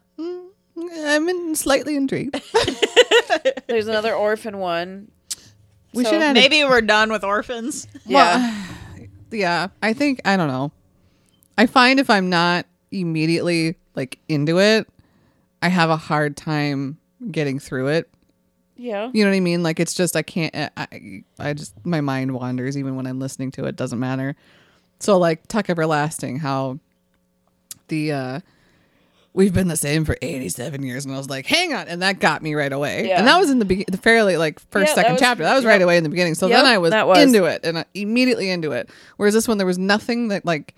Speaker 2: I'm in slightly intrigued.
Speaker 1: There's another orphan one.
Speaker 2: We
Speaker 1: So
Speaker 2: should add a-
Speaker 3: Maybe we're done with orphans.
Speaker 1: Yeah.
Speaker 2: yeah, I think I don't know. I find if I'm not immediately like into it, I have a hard time getting through it.
Speaker 1: yeah.
Speaker 2: You know what I mean? Like it's just I can't. I- I I just my mind wanders even when I'm listening to it. Doesn't matter. So like Tuck Everlasting, how the uh we've been the same for 87 years, and I was like, hang on, and that got me right away.
Speaker 1: Yeah.
Speaker 2: And that was in the be- the fairly like first
Speaker 1: Yeah, that
Speaker 2: second
Speaker 1: was-
Speaker 2: chapter. That was right away in the beginning. So
Speaker 1: Yep,
Speaker 2: then I was,
Speaker 1: that was.
Speaker 2: into it and I, immediately into it. Whereas this one, there was nothing that like.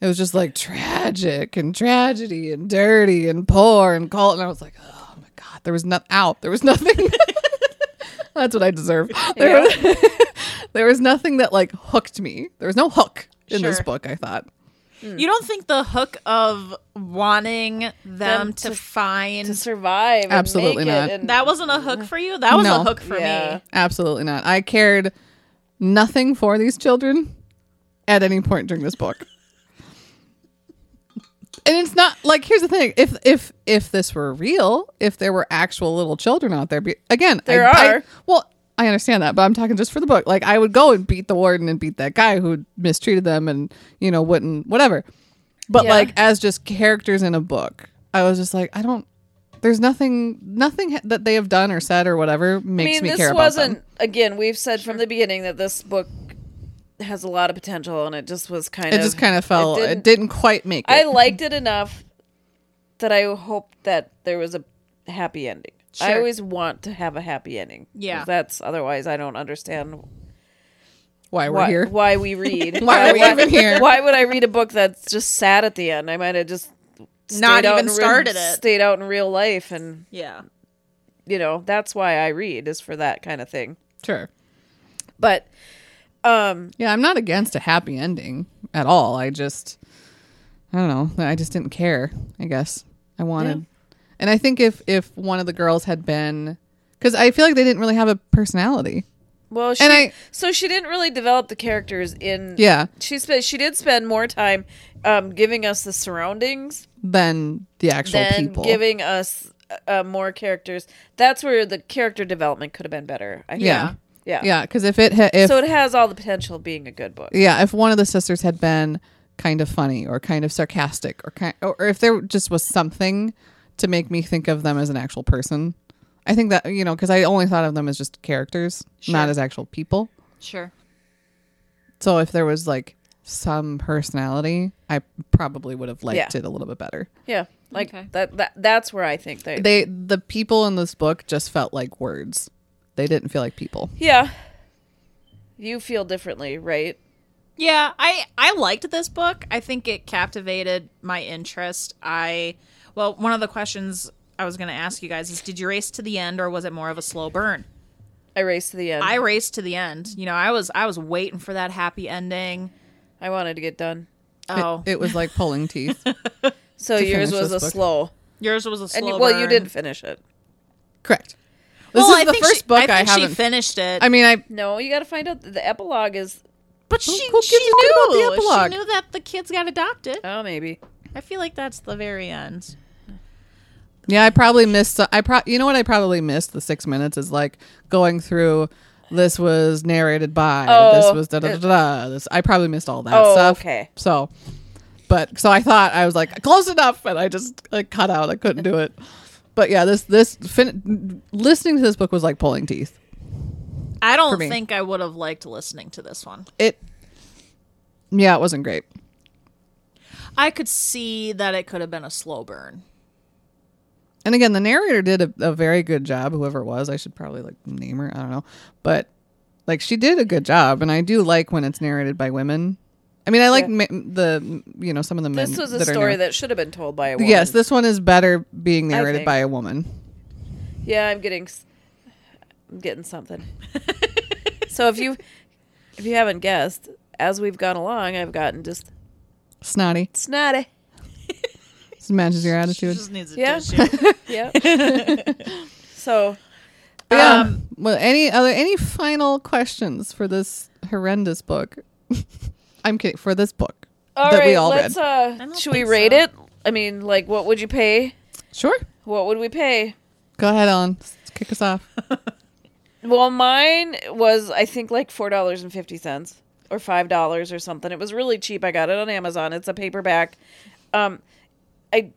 Speaker 2: It was just like tragic and tragedy and dirty and poor and cold. And I was like, oh my God, there was nothing out. There was nothing. That's what I deserve. There, was, there was nothing that like hooked me. There was no hook in this
Speaker 3: Sure.
Speaker 2: book, I thought.
Speaker 3: You don't think the hook of wanting them,
Speaker 1: Them
Speaker 3: to,
Speaker 1: to-
Speaker 3: find
Speaker 1: To survive. and
Speaker 2: Absolutely
Speaker 1: make it
Speaker 2: not.
Speaker 1: and-
Speaker 3: that wasn't a hook for you? That was
Speaker 2: No.
Speaker 3: a hook for
Speaker 1: Yeah.
Speaker 3: me.
Speaker 2: Absolutely not. I cared nothing for these children at any point during this book. and it's not like here's the thing if if if this were real if there were actual little children out there be, again
Speaker 1: There
Speaker 2: I, I-
Speaker 1: are.
Speaker 2: well i understand that but i'm talking just for the book like i would go and beat the warden and beat that guy who mistreated them and you know wouldn't whatever but
Speaker 1: Yeah.
Speaker 2: like as just characters in a book i was just like i don't there's nothing nothing ha- that they have done or said or whatever
Speaker 1: I
Speaker 2: makes
Speaker 1: mean,
Speaker 2: me
Speaker 1: this
Speaker 2: care
Speaker 1: wasn't.
Speaker 2: about them
Speaker 1: Again, we've said from the beginning that this book has a lot of potential, and it just was kind
Speaker 2: it
Speaker 1: of.
Speaker 2: just kind of fell it didn't,
Speaker 1: didn't-
Speaker 2: quite make it
Speaker 1: I liked it enough that I hope that there was a happy ending. I
Speaker 3: Sure.
Speaker 1: always want to have a happy ending. 'cause
Speaker 3: Yeah.
Speaker 1: That's otherwise I don't understand
Speaker 2: Why we're
Speaker 1: why,
Speaker 2: here?
Speaker 1: why we read.
Speaker 2: Why are we even here?
Speaker 1: Why would I read a book that's just sad at the end? I might have just stayed
Speaker 3: Not
Speaker 1: out
Speaker 3: even
Speaker 1: in real-
Speaker 3: started it.
Speaker 1: Stayed out in real life, and
Speaker 3: Yeah.
Speaker 1: you know that's why I read is for that kind of thing.
Speaker 2: Sure.
Speaker 1: But um,
Speaker 2: Yeah, I'm not against a happy ending at all. I just, I don't know. I just didn't care. I guess I wanted, and I think if if one of the girls had been, because I feel like they didn't really have a personality.
Speaker 1: well, she,
Speaker 2: And I-
Speaker 1: so she didn't really develop the characters in.
Speaker 2: Yeah.
Speaker 1: she spent she did spend more time um, giving us the surroundings
Speaker 2: Than the actual
Speaker 1: than
Speaker 2: people.
Speaker 1: giving us uh, more characters. That's where the character development could have been better. I think.
Speaker 2: yeah.
Speaker 1: yeah,
Speaker 2: Yeah. Because if it ha- if
Speaker 1: So it has all the potential of being a good book.
Speaker 2: yeah if one of the sisters had been kind of funny or kind of sarcastic or kind or if there just was something to make me think of them as an actual person i think that you know because i only thought of them as just characters not as actual people
Speaker 3: Sure.
Speaker 2: so if there was like some personality i probably would have liked
Speaker 1: Yeah.
Speaker 2: it a little bit better
Speaker 1: Yeah, like
Speaker 3: Okay.
Speaker 1: that, that. That's where I think they.
Speaker 2: they the people in this book just felt like words they didn't feel like people
Speaker 1: yeah. You feel differently, right?
Speaker 3: Yeah, I I liked this book. I think it captivated my interest. I well, one of the questions I was going to ask you guys is did you race to the end or was it more of a slow burn?
Speaker 1: I raced to the end.
Speaker 3: I
Speaker 1: I,
Speaker 3: raced to the end. You know, I was I was waiting for that happy ending.
Speaker 1: wanted to get done.
Speaker 3: Oh,
Speaker 2: it was like pulling teeth
Speaker 1: So
Speaker 2: To
Speaker 1: yours
Speaker 2: finish
Speaker 1: was a
Speaker 2: this book.
Speaker 1: slow,
Speaker 3: yours was a slow
Speaker 1: and you- well, you
Speaker 3: burn.
Speaker 1: didn't finish it.
Speaker 2: correct this
Speaker 3: Well,
Speaker 2: is
Speaker 3: I
Speaker 2: the
Speaker 3: think
Speaker 2: first
Speaker 3: she,
Speaker 2: book
Speaker 3: I,
Speaker 2: i,
Speaker 3: think she
Speaker 2: haven't
Speaker 3: finished it.
Speaker 2: i mean i
Speaker 1: No, you got to find out. The epilogue is
Speaker 3: but she
Speaker 2: who
Speaker 3: she
Speaker 2: gives a shit about the
Speaker 3: knew
Speaker 2: epilogue?
Speaker 3: she knew that the kids got adopted.
Speaker 1: oh maybe.
Speaker 3: I feel like that's the very end.
Speaker 2: Yeah, I probably missed. I pro- you know what I probably missed the six minutes is like going through. This was narrated by. this
Speaker 1: Oh,
Speaker 2: was da da da da. This I probably missed all that
Speaker 1: Oh,
Speaker 2: stuff.
Speaker 1: okay.
Speaker 2: So, but so I thought I was like close enough, and I just like cut out. I couldn't do it. But yeah, this this fin- listening to this book was like pulling teeth.
Speaker 3: I don't
Speaker 2: me.
Speaker 3: think I would have liked listening to this one.
Speaker 2: It. Yeah, it wasn't great.
Speaker 3: I could see that it could have been a slow burn.
Speaker 2: And again, the narrator did a, a very good job. Whoever it was, I should probably like name her. I don't know, but like she did a good job, and I do like when it's narrated by women. I mean, I like ma- the you know some of the men.
Speaker 1: This was a
Speaker 2: that are
Speaker 1: story
Speaker 2: narr-
Speaker 1: that should have been told by a woman.
Speaker 2: Yes, this one is better being
Speaker 1: I
Speaker 2: narrated
Speaker 1: think.
Speaker 2: by a woman.
Speaker 1: Yeah, I'm getting, s- I'm getting something. so if you, if you haven't guessed, as we've gone along, I've gotten just
Speaker 2: Snotty,
Speaker 1: snotty.
Speaker 2: this matches your attitude.
Speaker 3: Just needs a
Speaker 1: Yeah.
Speaker 3: tissue.
Speaker 1: Yeah. so
Speaker 2: But yeah.
Speaker 1: um,
Speaker 2: well, any other any final questions for this horrendous book? I'm kidding. For this book
Speaker 1: all
Speaker 2: that
Speaker 1: right,
Speaker 2: we all
Speaker 1: let's.
Speaker 2: read,
Speaker 1: Uh,
Speaker 3: don't
Speaker 1: should we
Speaker 3: think
Speaker 1: rate
Speaker 3: so.
Speaker 1: it? I mean, like, what would you pay?
Speaker 2: sure.
Speaker 1: What would we pay?
Speaker 2: Go ahead, Ellen. Let's kick us off.
Speaker 1: Well, mine was I think like four dollars and fifty cents or five dollars or something. It was really cheap. I got it on Amazon. It's a paperback. Um, I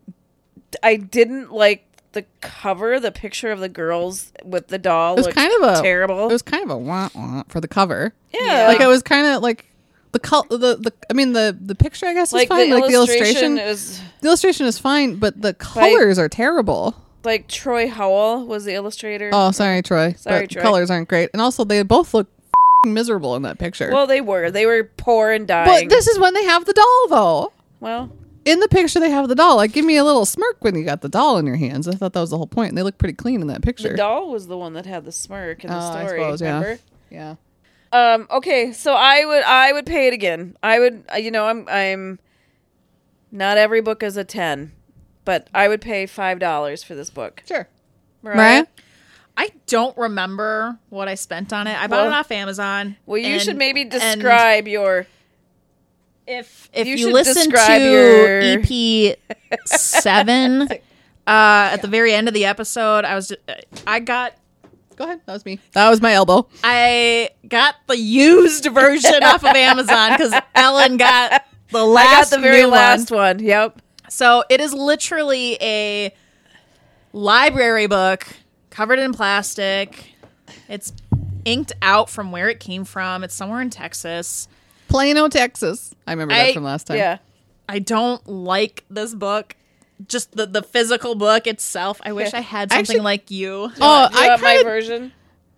Speaker 1: I didn't like the cover. The picture of the girls with the doll
Speaker 2: It was
Speaker 1: looked
Speaker 2: kind of a
Speaker 1: terrible.
Speaker 2: It was kind of a wah wah for the cover.
Speaker 1: yeah,
Speaker 2: like
Speaker 1: like,
Speaker 2: it was kind of like the col- the the I mean the the picture I guess is
Speaker 1: like
Speaker 2: fine.
Speaker 1: the
Speaker 2: like
Speaker 1: illustration
Speaker 2: the illustration,
Speaker 1: is
Speaker 2: the illustration is fine, but the colors are terrible.
Speaker 1: like Troy Howell was the illustrator.
Speaker 2: Oh, sorry, Troy.
Speaker 1: Sorry,
Speaker 2: but the
Speaker 1: Troy.
Speaker 2: colors aren't great, and also they both look f***ing miserable in that picture.
Speaker 1: Well, they were they were poor and dying.
Speaker 2: but this is when they have the doll though.
Speaker 1: well,
Speaker 2: In the picture, they have the doll. Like, give me a little smirk when you got the doll in your hands. I thought that was the whole point. And they look pretty clean in that picture.
Speaker 1: the doll was the one that had the smirk in the
Speaker 2: Oh, I
Speaker 1: story.
Speaker 2: suppose, yeah.
Speaker 1: remember?
Speaker 2: yeah.
Speaker 1: Um. Okay. So I would. I would pay it again. I would. uh, You know. I'm. I'm. Not every book is a ten, but I would pay five dollars for this book.
Speaker 2: Sure.
Speaker 1: Mariah.
Speaker 2: Mariah?
Speaker 3: I don't remember what I spent on it. I bought
Speaker 1: Well-
Speaker 3: it off Amazon.
Speaker 1: Well, you
Speaker 3: and-
Speaker 1: should maybe
Speaker 3: and
Speaker 1: describe your.
Speaker 3: if if
Speaker 1: you
Speaker 3: you,
Speaker 1: should
Speaker 3: listen
Speaker 1: describe
Speaker 3: to
Speaker 1: your-
Speaker 3: EP seven uh, at the very end of the episode. I was ju- I got
Speaker 2: Go ahead. That was me. That was my elbow.
Speaker 3: I got the used version off of Amazon because Ellen got the
Speaker 1: I
Speaker 3: last
Speaker 1: got the very
Speaker 3: new
Speaker 1: last
Speaker 3: one.
Speaker 1: one. Yep.
Speaker 3: So it is literally a library book covered in plastic. It's inked out from where it came from. It's somewhere in Texas.
Speaker 2: Plano, Texas. I remember
Speaker 3: I-
Speaker 2: that from last time.
Speaker 1: Yeah.
Speaker 3: I don't like this book.
Speaker 4: just the, the physical book itself. I wish I had something
Speaker 2: Actually-
Speaker 4: like you.
Speaker 2: Oh,
Speaker 1: you
Speaker 2: I
Speaker 1: want my
Speaker 2: kind of
Speaker 1: version.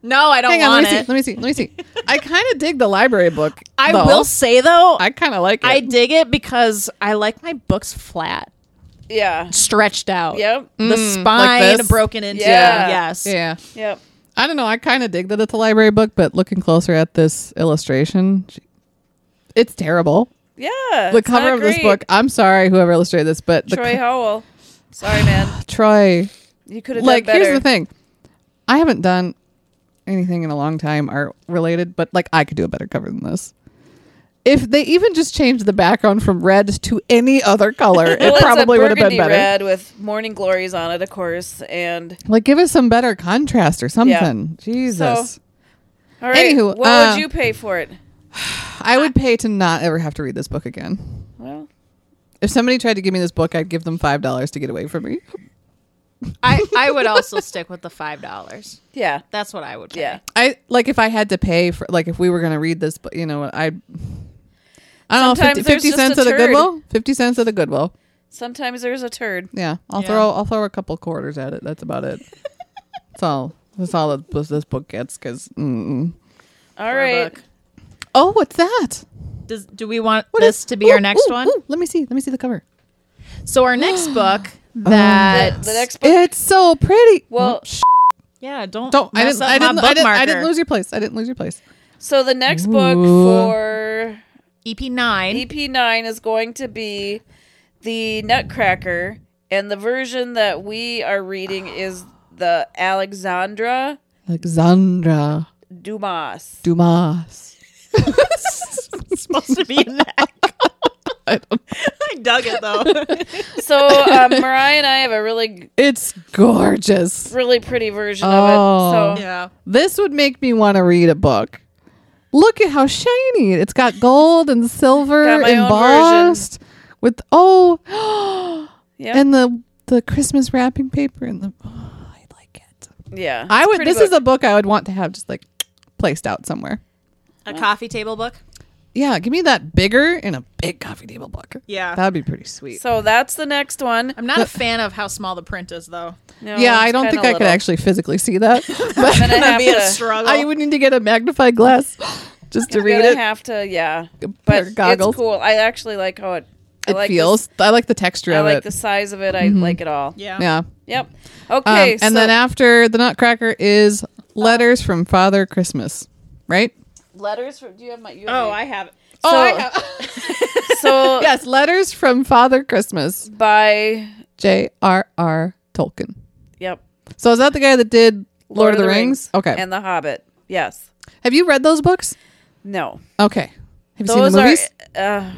Speaker 4: No, I don't
Speaker 2: hang on.
Speaker 4: want
Speaker 2: Let me
Speaker 4: it.
Speaker 2: see. Let me see. Let me see. I kind of dig the library book.
Speaker 4: I
Speaker 2: though.
Speaker 4: will say though, I,
Speaker 2: I kind of like it.
Speaker 4: dig it because I like my books flat,
Speaker 1: Yeah.
Speaker 4: stretched out.
Speaker 1: Yep.
Speaker 2: Mm.
Speaker 4: The spine
Speaker 2: this?
Speaker 4: broken into.
Speaker 1: Yeah.
Speaker 4: Yes.
Speaker 2: yeah.
Speaker 1: Yep.
Speaker 2: I don't know. I kind of dig that it's a library book, but looking closer at this illustration, she- it's terrible.
Speaker 1: Yeah.
Speaker 2: the
Speaker 1: it's
Speaker 2: cover
Speaker 1: not
Speaker 2: of this
Speaker 1: great.
Speaker 2: book. I'm sorry, whoever illustrated this, but the
Speaker 1: Troy
Speaker 2: co-
Speaker 1: Howell. Sorry, man.
Speaker 2: Troy.
Speaker 1: You could have
Speaker 2: Like,
Speaker 1: done better.
Speaker 2: here's the thing. I haven't done anything in a long time art related, but like, I could do a better cover than this. If they even just changed the background from red to any other color, it
Speaker 1: Well, it's a
Speaker 2: probably would have
Speaker 1: burgundy
Speaker 2: been better.
Speaker 1: Red with morning glories on it, of course. And
Speaker 2: Like, give us some better contrast or something. Jesus.
Speaker 1: all right,
Speaker 2: Anywho,
Speaker 1: what
Speaker 2: uh,
Speaker 1: would you pay for it?
Speaker 2: I would pay to not ever have to read this book again.
Speaker 1: Well,
Speaker 2: If somebody tried to give me this book, I'd give them five dollars to get away from me.
Speaker 4: I, I would also stick with the five dollars.
Speaker 1: yeah,
Speaker 4: That's what I would pay.
Speaker 1: yeah.
Speaker 2: I like if I had to pay for like if we were gonna read this, but you know what I. I don't know,
Speaker 1: Sometimes
Speaker 2: 50,
Speaker 1: there's
Speaker 2: 50
Speaker 1: just
Speaker 2: cents
Speaker 1: a
Speaker 2: of the
Speaker 1: turd.
Speaker 2: Goodwill. Fifty cents of the Goodwill.
Speaker 1: Sometimes there's a turd.
Speaker 2: Yeah, I'll
Speaker 4: Yeah.
Speaker 2: throw I'll throw a couple quarters at it. That's about it. that's all. That's all that this- this book gets. Because
Speaker 1: All right,
Speaker 4: book.
Speaker 2: oh, what's that?
Speaker 4: Does, do we want
Speaker 2: What
Speaker 4: this
Speaker 2: is-
Speaker 4: to be
Speaker 2: ooh,
Speaker 4: our next
Speaker 2: ooh,
Speaker 4: one?
Speaker 2: ooh, let me see. Let me see the cover.
Speaker 4: So our next book
Speaker 2: Um,
Speaker 1: the,
Speaker 4: that
Speaker 1: the next book.
Speaker 2: It's so pretty.
Speaker 1: Well,
Speaker 2: Oh, sh-
Speaker 4: yeah don't
Speaker 2: don't I
Speaker 4: mess
Speaker 2: didn't
Speaker 4: up my
Speaker 2: I didn't,
Speaker 4: book
Speaker 2: I didn't I
Speaker 4: marker.
Speaker 2: didn't lose your place. I didn't lose your place.
Speaker 1: So the next book
Speaker 2: Ooh.
Speaker 1: for
Speaker 4: EP E nine.
Speaker 1: EP nine is going to be the Nutcracker, and the version that we are reading is the Alexandra
Speaker 2: Alexandra
Speaker 1: Dumas.
Speaker 2: Dumas.
Speaker 4: It's supposed to be in that.
Speaker 2: I don't
Speaker 4: I dug it though.
Speaker 1: So um, Mariah and I have a really,
Speaker 2: It's gorgeous.
Speaker 1: really pretty version
Speaker 2: Oh.
Speaker 1: of it. So
Speaker 4: yeah.
Speaker 2: This would make me want to read a book. Look at how shiny. It's got gold and silver
Speaker 1: Got my own
Speaker 2: embossed with oh
Speaker 1: yeah,
Speaker 2: and the the Christmas wrapping paper and the oh, I like it.
Speaker 1: yeah. it's
Speaker 2: I
Speaker 1: a
Speaker 2: would
Speaker 1: pretty
Speaker 2: this is
Speaker 1: book.
Speaker 2: a book I would want to have just like placed out somewhere.
Speaker 4: A coffee table book.
Speaker 2: Yeah, give me that bigger in a big coffee table book.
Speaker 4: Yeah.
Speaker 2: That'd be pretty sweet.
Speaker 1: So that's the next one.
Speaker 4: I'm not a fan of how small the print is though.
Speaker 1: No,
Speaker 2: yeah, I
Speaker 1: it's
Speaker 2: don't
Speaker 1: kinda
Speaker 2: think I could
Speaker 1: little.
Speaker 2: actually physically see that.
Speaker 1: I'm gonna have
Speaker 4: Be a
Speaker 1: to.
Speaker 4: struggle.
Speaker 2: I would need to get a magnified glass just to
Speaker 1: I'm
Speaker 2: read
Speaker 1: gonna
Speaker 2: it.
Speaker 1: have to. Yeah,
Speaker 2: pair
Speaker 1: but
Speaker 2: of goggles.
Speaker 1: it's cool. I actually like how it. I
Speaker 2: it
Speaker 1: like this-
Speaker 2: feels. I like the texture
Speaker 1: I
Speaker 2: of
Speaker 1: like
Speaker 2: it.
Speaker 1: the size of it. I like it all.
Speaker 4: yeah.
Speaker 2: yeah.
Speaker 1: Yep.
Speaker 2: Um,
Speaker 1: Okay. Oh.
Speaker 2: and then after the Nutcracker is letters from Father Christmas, right?
Speaker 1: letters from. Do you have my? You
Speaker 4: Oh, I have.
Speaker 1: So, so
Speaker 2: yes, letters from Father Christmas,
Speaker 1: by.
Speaker 2: J.R.R. Tolkien.
Speaker 1: Yep.
Speaker 2: So is that the guy that did Lord, of the, Rings? Okay.
Speaker 1: And The Hobbit. Yes.
Speaker 2: Have you read those books?
Speaker 1: No.
Speaker 2: Okay. Have you seen
Speaker 1: Those
Speaker 2: the movies?
Speaker 1: are. Uh,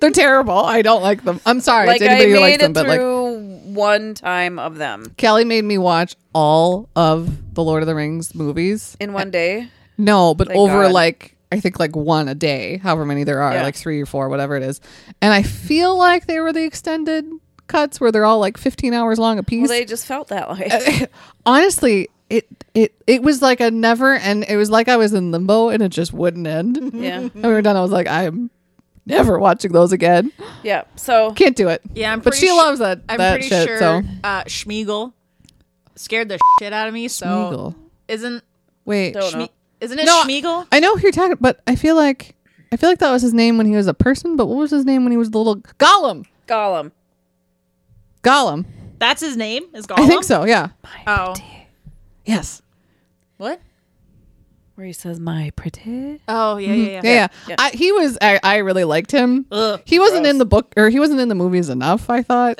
Speaker 2: They're terrible. I don't like them. I'm sorry.
Speaker 1: like
Speaker 2: to
Speaker 1: I
Speaker 2: anybody who likes
Speaker 1: made
Speaker 2: them,
Speaker 1: it
Speaker 2: but like
Speaker 1: through one time of them
Speaker 2: Kelly made me watch all of the Lord of the Rings movies.
Speaker 1: in one day.
Speaker 2: No, but
Speaker 1: Thank
Speaker 2: over
Speaker 1: God.
Speaker 2: like I think like one a day, however many there are,
Speaker 1: Yeah.
Speaker 2: like three or four, whatever it is. And I feel like they were the extended cuts where they're all like 15 hours long a
Speaker 1: Well,
Speaker 2: piece.
Speaker 1: they just felt that way.
Speaker 2: Uh, Honestly, it it it was like a never and it was like I was in limbo and it just wouldn't end. and
Speaker 1: yeah.
Speaker 2: we were done. I was like, I'm never watching those again.
Speaker 1: Yeah. So.
Speaker 2: Can't do it.
Speaker 4: Yeah, I'm
Speaker 2: but
Speaker 4: pretty
Speaker 2: she
Speaker 4: su-
Speaker 2: loves that.
Speaker 4: I'm
Speaker 2: that
Speaker 4: pretty
Speaker 2: shit,
Speaker 4: sure
Speaker 2: So.
Speaker 4: uh, Schmiegel scared the shit out of me. So
Speaker 2: Schmeagle.
Speaker 4: isn't
Speaker 2: Wait,
Speaker 1: Don't know.
Speaker 4: Schme- isn't it
Speaker 2: No,
Speaker 4: Schmiegel?
Speaker 2: I know who you're talking, but I feel like I feel like that was his name when he was a person. But what was his name when he was the little Gollum?
Speaker 1: Gollum.
Speaker 2: Gollum.
Speaker 4: That's his name. Is Gollum?
Speaker 2: I think so. Yeah.
Speaker 4: Oh,
Speaker 2: Yes.
Speaker 4: what?
Speaker 1: Where he says, "My pretty."
Speaker 4: Oh yeah, yeah,
Speaker 2: Mm-hmm. Yeah.
Speaker 4: yeah.
Speaker 2: Yeah.
Speaker 1: Yeah.
Speaker 2: I, he was. I, I really liked him.
Speaker 4: Ugh,
Speaker 2: he wasn't in the book, or he wasn't in the movies enough. I thought.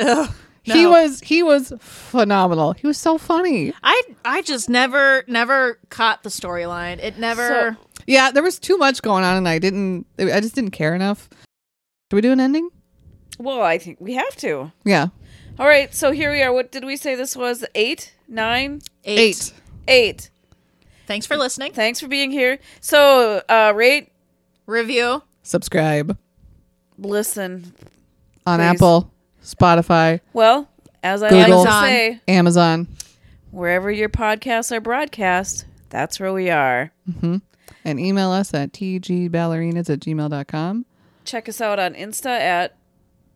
Speaker 2: He
Speaker 4: no.
Speaker 2: was. He was phenomenal. He was so funny.
Speaker 4: I I just never never caught the storyline. It never.
Speaker 2: Yeah. There was too much going on, and I didn't. I just didn't care enough. Do we do an ending?
Speaker 1: Well, I think we have to.
Speaker 2: Yeah.
Speaker 1: All right, so here we are. What did we say this was? Eight, nine,
Speaker 4: eight.
Speaker 2: Eight.
Speaker 1: eight.
Speaker 4: Thanks for listening.
Speaker 1: Thanks for being here. So, uh, rate,
Speaker 4: Review.
Speaker 2: Subscribe
Speaker 1: listen.
Speaker 2: on
Speaker 1: Please.
Speaker 2: Apple, Spotify,
Speaker 1: Well, as I
Speaker 2: Google.
Speaker 1: like to say,
Speaker 2: Amazon.
Speaker 1: wherever your podcasts are broadcast, that's where we are.
Speaker 2: and email us at tgballerinas at gmail.com.
Speaker 1: Check us out on Insta at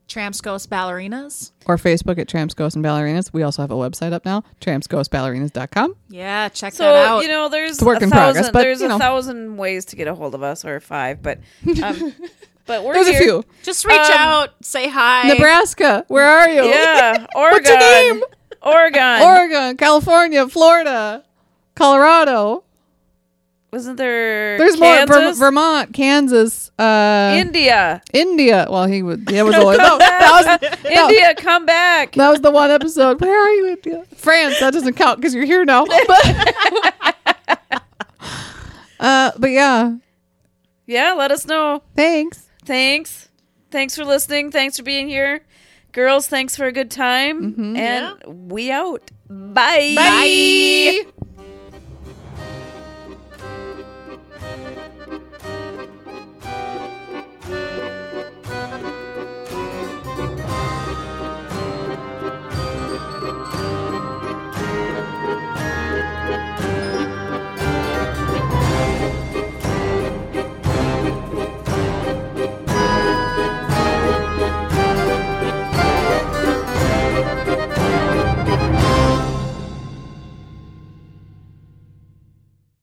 Speaker 4: Tramps Ghost Ballerinas.
Speaker 2: or Facebook at Tramps, Ghosts, and Ballerinas. We also have a website up now, trampsghostballerinas.com.
Speaker 4: Yeah, check that
Speaker 1: So
Speaker 4: out.
Speaker 1: you know, there's
Speaker 2: a work
Speaker 1: a
Speaker 2: in
Speaker 1: thousand,
Speaker 2: progress, but,
Speaker 1: there's
Speaker 2: you know.
Speaker 1: a thousand ways to get a hold of us, or five, but um, but we're
Speaker 2: There's a
Speaker 1: here.
Speaker 2: few.
Speaker 4: Just reach out, say hi.
Speaker 2: Nebraska, where are you?
Speaker 1: Yeah, Oregon,
Speaker 2: your name?
Speaker 1: Oregon.
Speaker 2: Oregon, California, Florida, Colorado.
Speaker 1: Wasn't there?
Speaker 2: There's more Verm-
Speaker 1: Kansas?
Speaker 2: Vermont, Kansas, uh,
Speaker 1: India,
Speaker 2: India. Well, he would. That was the one. No, that was no,
Speaker 1: India, come back.
Speaker 2: that was the one episode. Where are you, India? France. That doesn't count because you're here now. But, uh, but yeah,
Speaker 1: Yeah, let us know.
Speaker 2: thanks.
Speaker 1: Thanks, thanks for listening. Thanks for being here, girls. Thanks for a good time, and we out. Bye.
Speaker 4: Bye.